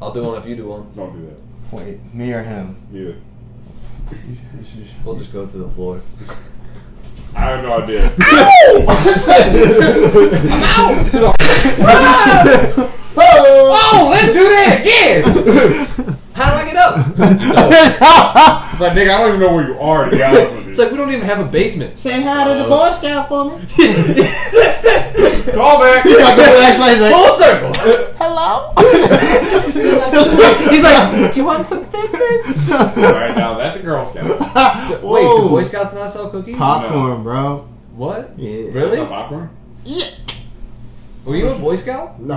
S1: I'll do one if you do one.
S2: Don't do that.
S3: Wait, me or him?
S2: Neither.
S3: [LAUGHS]
S1: We'll just go to the floor.
S2: I have no idea.
S3: oh,
S1: let's do that again! [LAUGHS] How do I get up?
S2: It's like, nigga, I don't even know where you are, to be honest with you.
S1: It's like we don't even have a basement.
S4: Say hi to the Boy Scout for me.
S2: call
S3: [LAUGHS]
S2: back.
S3: you got the flashlight. Like,
S1: [LAUGHS] Full
S3: [LAUGHS]
S1: circle.
S4: Hello?
S1: He's like, do you want some Thin Mints?
S2: All right, now that's a Girl Scout. That's
S1: Wait, do
S3: Whoa.
S1: Boy Scouts not sell cookies?
S3: popcorn, bro.
S1: What?
S3: Yeah.
S2: not
S1: Really?
S2: popcorn.
S1: Were you a Boy Scout?
S3: No,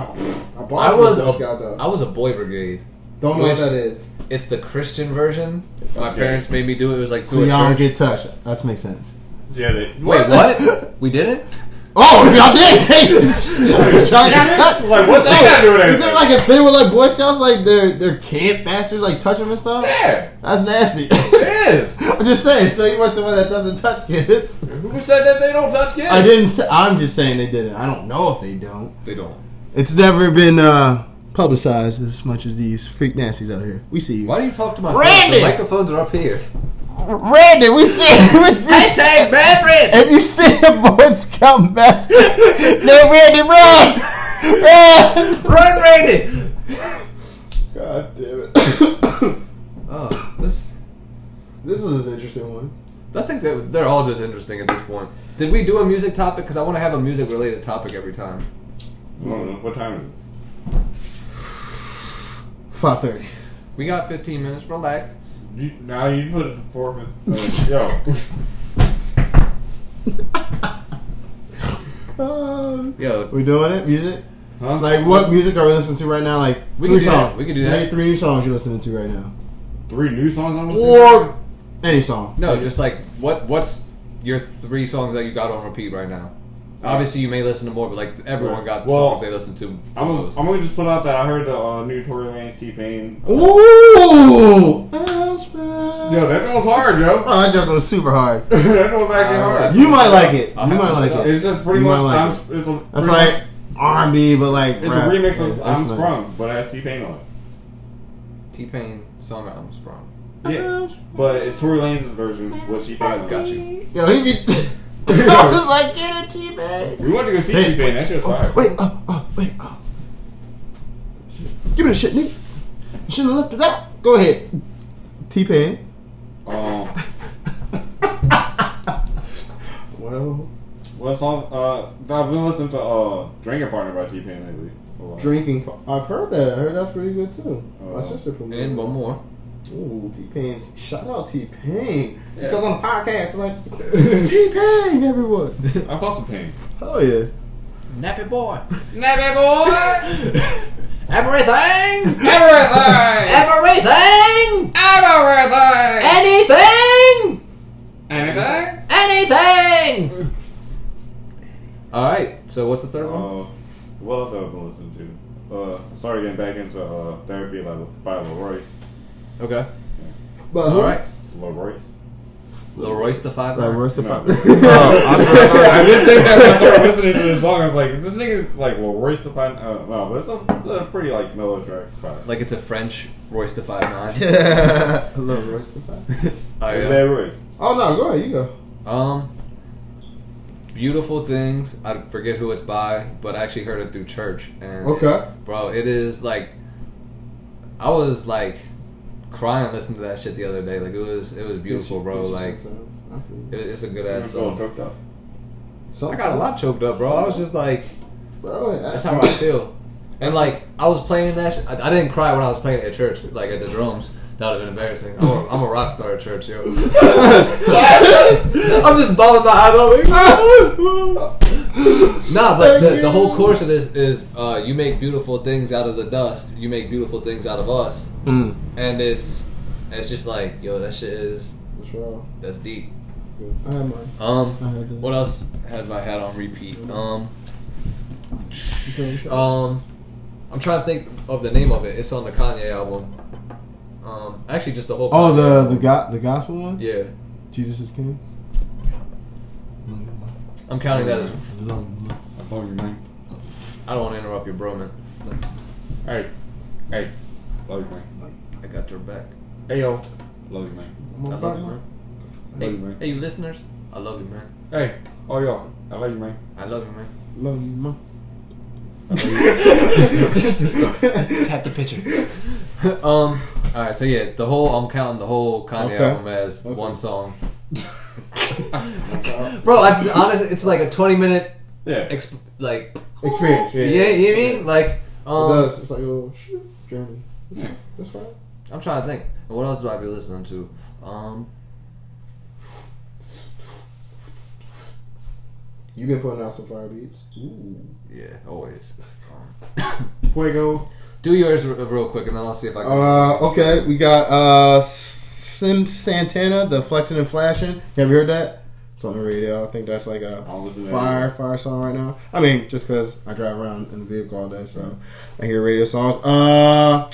S3: I bought
S1: I
S3: from
S1: was.
S3: Girl Scout,
S1: A, I was a Boy Brigade.
S3: Don't
S1: which-
S3: is.
S1: It's the Christian version. My
S2: Okay.
S1: parents made me do it. It was like
S3: So
S1: through
S3: y'all
S1: a
S3: don't
S1: church.
S3: get touched. That makes sense.
S2: Yeah, they.
S1: Wait,
S2: [LAUGHS]
S1: what?
S3: [LAUGHS]
S1: We did it?
S3: Oh, [LAUGHS] y'all did. y'all got touched.
S2: Like, what's that got to do with
S3: Oh, Is there
S2: anything?
S3: like a thing with like Boy Scouts, like their their camp bastards, like touch them and stuff?
S2: yeah,
S3: That's nasty. [LAUGHS]
S2: it is.
S3: I'm just saying. So you went to one that doesn't touch kids.
S2: Who said that they don't touch kids?
S3: I didn't. Say, I'm just saying they didn't. I don't know if they don't.
S1: They don't.
S3: It's never been uh, publicized as much as these freak nasties out here. We see you,
S1: Why do you talk to my phone? The
S3: Randy!
S1: microphones are up
S3: [LAUGHS]
S1: here.
S3: Randy. We see.
S4: [LAUGHS]
S3: We, we
S1: Hashtag Brad Brand.
S3: If you see a Boy Scout master, [LAUGHS] no Randy, run, run.
S1: Run, Randy!
S3: [COUGHS] God damn it.
S1: Oh, this.
S3: This was an interesting one.
S1: I think that they're all just interesting at this point. Did we do a music topic? Because I want to have a music related topic every time.
S2: I don't know. What time is it?
S3: Five thirty.
S1: We got 15 minutes. Relax.
S2: You, now you put it before me. Like, uh, yo,
S1: Yo,
S3: Um, we doing it? Music?
S2: huh?
S3: Like what music are we listening to right now? Like
S1: We
S3: three
S1: can do that.
S3: songs.
S1: We can do that.
S3: Name three new songs you're listening to right now,
S2: three new songs I'm listening. to?
S3: or any song.
S1: no, just like what? What's your three songs that you got on repeat right now?
S3: Uh,
S1: Obviously, you may listen to more, but like everyone got
S2: Well,
S1: songs they listen to.
S2: I'm, gonna-
S1: most.
S2: I'm gonna just put out that I heard the uh, new Tory Lanez T Pain.
S3: Ooh.
S2: Yo, that joint was hard, yo. [LAUGHS]
S3: Oh, that joke was super hard.
S2: that joint was actually
S1: Uh,
S2: hard.
S3: You might like it.
S1: I'll
S3: You
S1: have
S3: might
S1: to
S3: like
S1: look
S3: it.
S1: up.
S2: It's just pretty
S3: You might
S2: much.
S3: like
S2: I'm,
S3: it.
S2: It's, a, pretty
S3: That's like
S2: much-
S3: R and B, but like
S2: It's
S3: rap.
S2: a remix
S3: That's-
S2: of
S3: that's
S2: "I'm
S3: nice.
S2: Sprung," but it has T Pain on it.
S1: T Pain song album sprung.
S2: Yeah, but it's Tory Lanez's version with T Pain.
S1: Got you.
S3: Yo, he be. [LAUGHS] I was like, get a T bag.
S2: We went to go see T
S3: Hey,
S2: Pain. That shit was
S3: Oh,
S2: fire.
S3: wait, oh, oh, wait, oh. Shit. Give me the shit, nigga. You shouldn't have left it out. Go ahead. T Pain.
S2: Um,
S3: Well,
S2: what songs? Uh, I've been listening to uh, "Drinking Partner" by T Pain lately. a lot.
S3: drinking. I've heard that. I heard that's pretty good too. My
S2: Oh.
S3: sister promoted.
S1: And one more.
S3: Ooh, T Pain's shout out T Pain
S1: Yeah.
S3: because on the
S1: [LAUGHS]
S3: podcast like T Pain everyone.
S2: I bought some pain.
S3: Hell yeah.
S1: Nappy boy.
S2: Nappy boy,
S1: [LAUGHS] Everything.
S2: everything,
S1: Everything.
S2: everything,
S1: Anything.
S2: anything.
S1: Anything. All right. So what's the third one?
S2: Uh, what else have I been listening to? Uh, I started getting back into uh, therapy level by Leroyce.
S1: Okay.
S3: But
S1: All right.
S2: Leroyce.
S1: Leroy's the five.
S3: Like worst of
S2: No.
S1: [LAUGHS]
S3: five. [LAUGHS] oh,
S2: I didn't think that when I started listening to this song. I was like, this nigga's like Leroyce the Pine. Uh, no, but it's a, it's a pretty like mellow track. Like,
S1: Like it's a French Royce to five
S3: [LAUGHS]
S1: nine.
S3: I love worst of five.
S1: All right.
S2: Leroyce.
S3: Oh no, go ahead. You go.
S1: Um, beautiful things. I forget who it's by, but I actually heard it through church. And
S3: Okay.
S1: bro, it is like I was like crying listening to that shit the other day. Like it was, it was beautiful, bro. Like
S3: I feel you.
S1: it, it's a good
S2: I'm
S1: ass
S2: so
S1: song.
S2: choked up.
S1: I got a lot choked up, bro. I was just like,
S3: Bro,
S1: that's how I feel. And like I was playing that, sh- I, I didn't cry when I was playing it at church, like at the drums. That would have been embarrassing. I'm a, I'm a rock star at church, yo.
S3: [LAUGHS]
S1: I'm just bawling my eyes out. Like, [LAUGHS] Nah, but
S3: Thank
S1: the,
S3: you.
S1: the whole course of this is uh, you make beautiful things out of the dust. You make beautiful things out of us,
S3: Mm.
S1: and it's it's just like yo, that shit is
S3: What's wrong?
S1: that's deep.
S3: Good. I had mine.
S1: Um,
S3: I heard Mm-hmm. this.
S1: what else has I had on repeat? Um,
S3: You feel me?
S1: um, I'm trying to think of the name of it. It's on the Kanye album. Um, actually, just the whole.
S3: Oh, the the go- the gospel one.
S1: yeah.
S3: Jesus is king.
S1: I'm counting that as
S3: Mm-hmm.
S1: I don't want to interrupt your bro, man.
S2: Hey, hey, love you, man.
S1: I got your back.
S2: Hey yo, love you, man.
S1: I love you, man.
S2: Love you,
S1: Hey,
S2: man.
S1: hey, you listeners, I love you, man.
S2: Hey, oh yo, I love you, man.
S1: I love you, man.
S3: Love you, mom.
S2: [LAUGHS]
S1: Tap the picture. [LAUGHS] um. All right. So yeah, the whole I'm counting the whole Kanye
S3: Okay.
S1: album as
S3: Okay.
S1: one song. Bro, I just honestly, it's like a 20 minute,
S2: Yeah.
S1: exp- like
S3: [LAUGHS] Experience. Yeah.
S1: yeah, you know what I mean like
S3: It
S1: um.
S3: does. It's like a little shoot journey. That's right.
S1: I'm trying to think. What else do I be listening to? Um.
S3: You've been putting out some fire beats. Ooh.
S1: Yeah, always. Um,
S2: Fuego.
S1: do yours r- real quick, and then I'll see if I can.
S3: Uh, okay, we got uh Sim Santana, the flexing and flashing. Have you heard that? It's on the radio. I think that's like a
S2: I'll listen to
S3: fire
S2: it.
S3: fire song right now. I mean, just because I drive around in the vehicle all day, so I hear radio songs. Uh,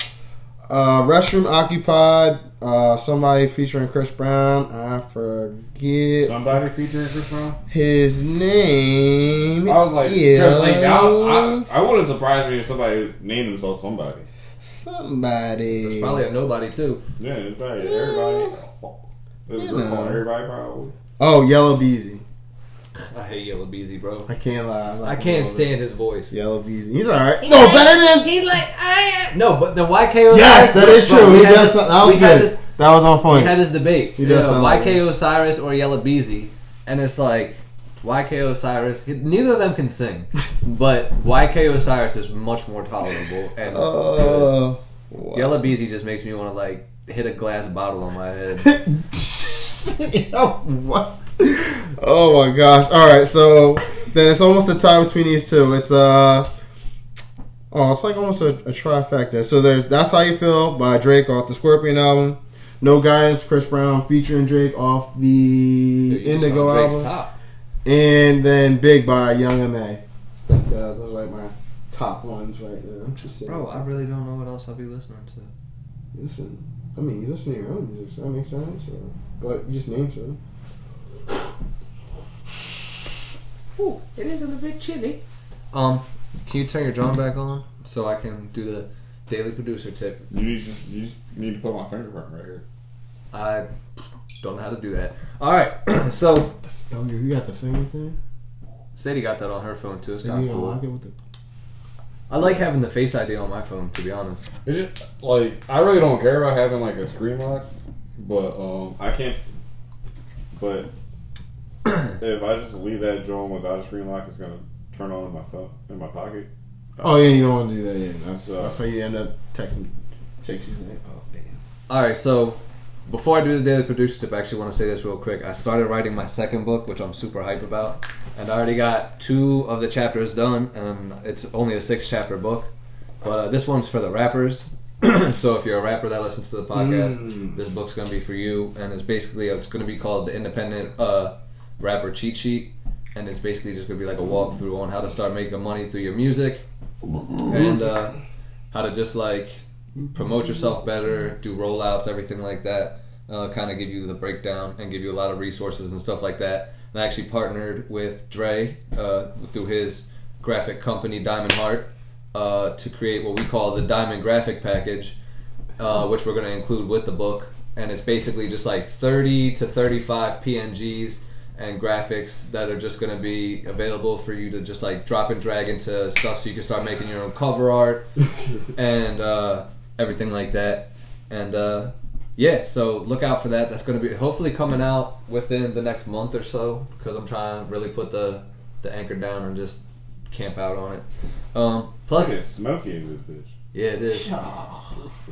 S3: uh, restroom occupied. Uh, somebody featuring Chris Brown. I forget
S2: Somebody featuring Chris Brown.
S3: his name.
S2: I was like, 'cause, like
S3: is
S2: I, I, I wouldn't surprise me if somebody named themself somebody.
S3: somebody.
S1: It's probably a nobody too.
S2: Yeah, it's probably everybody. There's a group called everybody probably.
S3: oh, Yellow Beezy.
S1: I hate Yellow Beezy, bro.
S3: I can't lie. like
S1: I
S3: him
S1: can't
S3: all the
S1: stand his voice.
S3: Yellow Beezy. He's alright. No, better than.
S1: He's like, I. No, but the YK was.
S3: Yes, that is
S1: Bro,
S3: true.
S1: we
S3: He
S1: had this-
S3: does something- that was
S1: we had
S3: good.
S1: this-
S3: That was on
S1: we
S3: point.
S1: had this debate.
S3: He
S1: You
S3: does
S1: know,
S3: sound like
S1: YK Osiris or Yella Beezy. And it's like, YK Osiris, neither of them can
S3: [LAUGHS]
S1: sing, but YK Osiris is much more tolerable. And
S3: Uh, wow.
S1: Yella Beezy just makes me want to, like, hit a glass bottle on my head.
S3: Uh, [LAUGHS] Yo, what? Oh my gosh! All right, so then it's almost a tie between these two. It's uh, oh, it's like almost a, a trifecta. So there's "That's How You Feel" by Drake off the Scorpion album. No Guidance, Chris Brown featuring Drake off the
S1: Dude, you just
S3: Indigo
S1: on Drake's
S3: album,
S1: top.
S3: and then "Big" by Young Ma. I think uh, those are like my top ones right now. Just saying.
S1: Bro, I really don't know what else I'll be listening to.
S3: listen. I mean, you listen to your own music. So that makes sense. Or, but you just name some.
S1: Ooh, it isn't a bit chilly. Um, can you turn your drum back on so I can do the daily producer tip?
S2: You just you just need to put my fingerprint right here.
S1: I don't know how to do that. All right, [CLEARS THROAT] so
S3: Oh, you got the finger thing?
S1: Sadie got that on her phone too. It's
S3: So
S1: kind
S3: you
S1: of
S3: unlock it
S1: cool.
S3: with the.
S1: I like having the Face ID on my phone, to be honest.
S2: It's just like I really don't care about having like a screen lock, but um I can't. But if I just leave that joint without a screen lock, it's gonna turn on in my phone in my pocket.
S3: Oh yeah, you don't want to do that. Yeah, that's,
S2: Uh,
S3: that's how you end up texting. Text you like, oh damn.
S1: All right, so before I do the daily producer tip, I actually want to say this real quick. I started writing my second book, which I'm super hype about, and I already got two of the chapters done, and it's only a six chapter book. But uh, this one's for the rappers. [CLEARS THROAT] so if you're a rapper that listens to the podcast, this book's gonna be for you, and it's basically uh, it's gonna be called the Independent uh, Rapper Cheat Sheet, and it's basically just gonna be like a walkthrough on how to start making money through your music, and uh, how to just like promote yourself better, do rollouts, everything like that. Uh, kind of give you the breakdown and give you a lot of resources and stuff like that. And I actually partnered with Dre uh, through his graphic company Diamond Heart uh, to create what we call the Diamond Graphic Package, uh, which we're going to include with the book. And it's basically just like 30 to 35 PNGs and graphics that are just going to be available for you to just like drop and drag into stuff so you can start making your own cover art and uh, everything like that. And uh, yeah, so look out for that. That's going to be hopefully coming out within the next month or so because I'm trying to really put the, the anchor down and just camp out on it. Um, plus,
S2: It's smoky in this bitch. [LAUGHS]
S1: yeah, it is. [LAUGHS]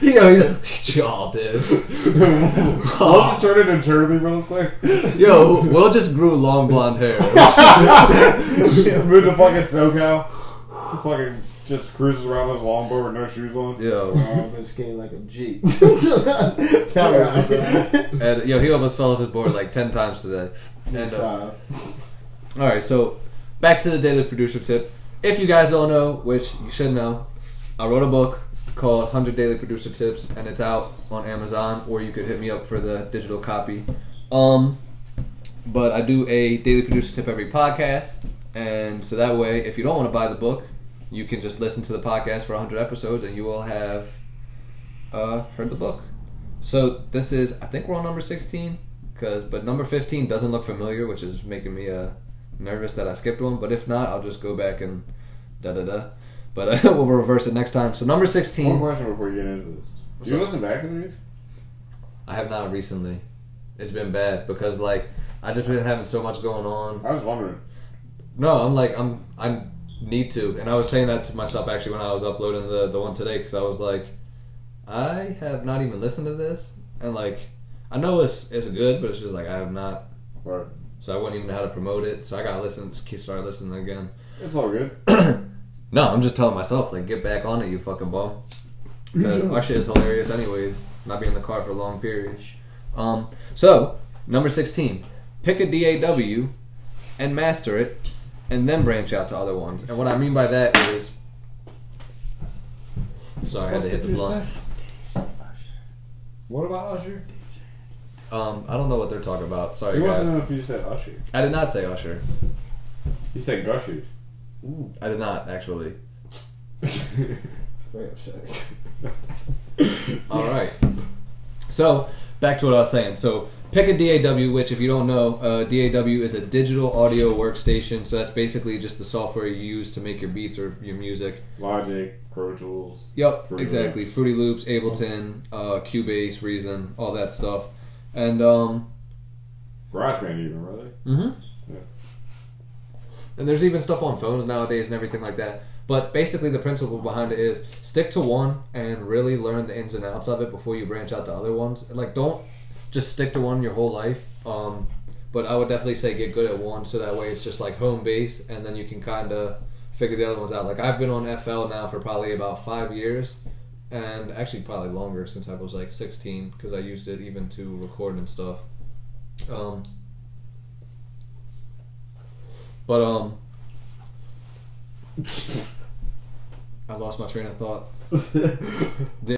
S1: you know, he's like, "Y'all, dude."
S2: I'll just turn it into Charlie real [LAUGHS] quick.
S1: Yo, Will just grew long blonde hair.
S2: Move to fucking SoCal. Fucking just cruises around with his longboard with no shoes on.
S1: yo,
S3: I've been skating like a jeep. [LAUGHS] that right.
S1: and, yo, he almost fell off his board like ten times today. And, uh, all right, so back to the daily producer tip. If you guys don't know, which you should know, I wrote a book called 100 Daily Producer Tips, and it's out on Amazon, or you could hit me up for the digital copy. Um, but I do a daily producer tip every podcast, and so that way, if you don't want to buy the book, you can just listen to the podcast for 100 episodes, and you will have uh, heard the book. So this is, I think we're on number 16, cause but number 15 doesn't look familiar, which is making me uh, nervous that I skipped one. But if not, I'll just go back and da da da. But [LAUGHS] uh, we'll reverse it next time. So number
S2: One
S1: 16,
S2: question before you get into this. Do you
S1: up?
S2: listen back to these?
S1: I have not recently. It's been bad because like I just been having so much going on.
S2: I was wondering.
S1: No, I'm like I'm I need to, and I was saying that to myself actually when I was uploading the the one today because I was like, I have not even listened to this, and like I know it's it's good, but it's just like I have not,
S2: Right.
S1: so I wouldn't even know how to promote it, so I gotta listen, start listening again.
S2: It's all good.
S1: No, I'm just telling myself like get back on it, you fucking bum, because our shit is hilarious anyways. Not being in the car for long periods. Um, so number sixteen, pick a DAW and master it, and then branch out to other ones. And what I mean by that is, sorry, I had to hit the blunt.
S2: What about Usher?
S1: Um, I don't know what they're talking about. Sorry,
S2: You wasn't
S1: guys.
S2: know if you said Usher.
S1: I did not say Usher.
S2: You said Gushers.
S1: I did not actually.
S3: Very upsetting.
S1: All right. So back to what I was saying. So pick a DAW, which if you don't know, uh, DAW is a digital audio workstation. So that's basically just the software you use to make your beats or your music.
S2: Logic. Pro Tools.
S1: Yep,
S2: Fruity
S1: exactly. Fruity Loops, Ableton, uh, Cubase, Reason, all that stuff. And um,
S2: GarageBand even, really.
S1: mhm.
S2: Yeah.
S1: and there's even stuff on phones nowadays and everything like that. But basically, the principle behind it is stick to one and really learn the ins and outs of it before you branch out to other ones. Like, don't just stick to one your whole life. Um, but I would definitely say get good at one so that way it's just like home base and then you can kind of figure the other ones out. Like, I've been on FL now for probably about five years and actually probably longer since I was like 16 because I used it even to record and stuff. Um, but um, [LAUGHS] I lost my train of thought.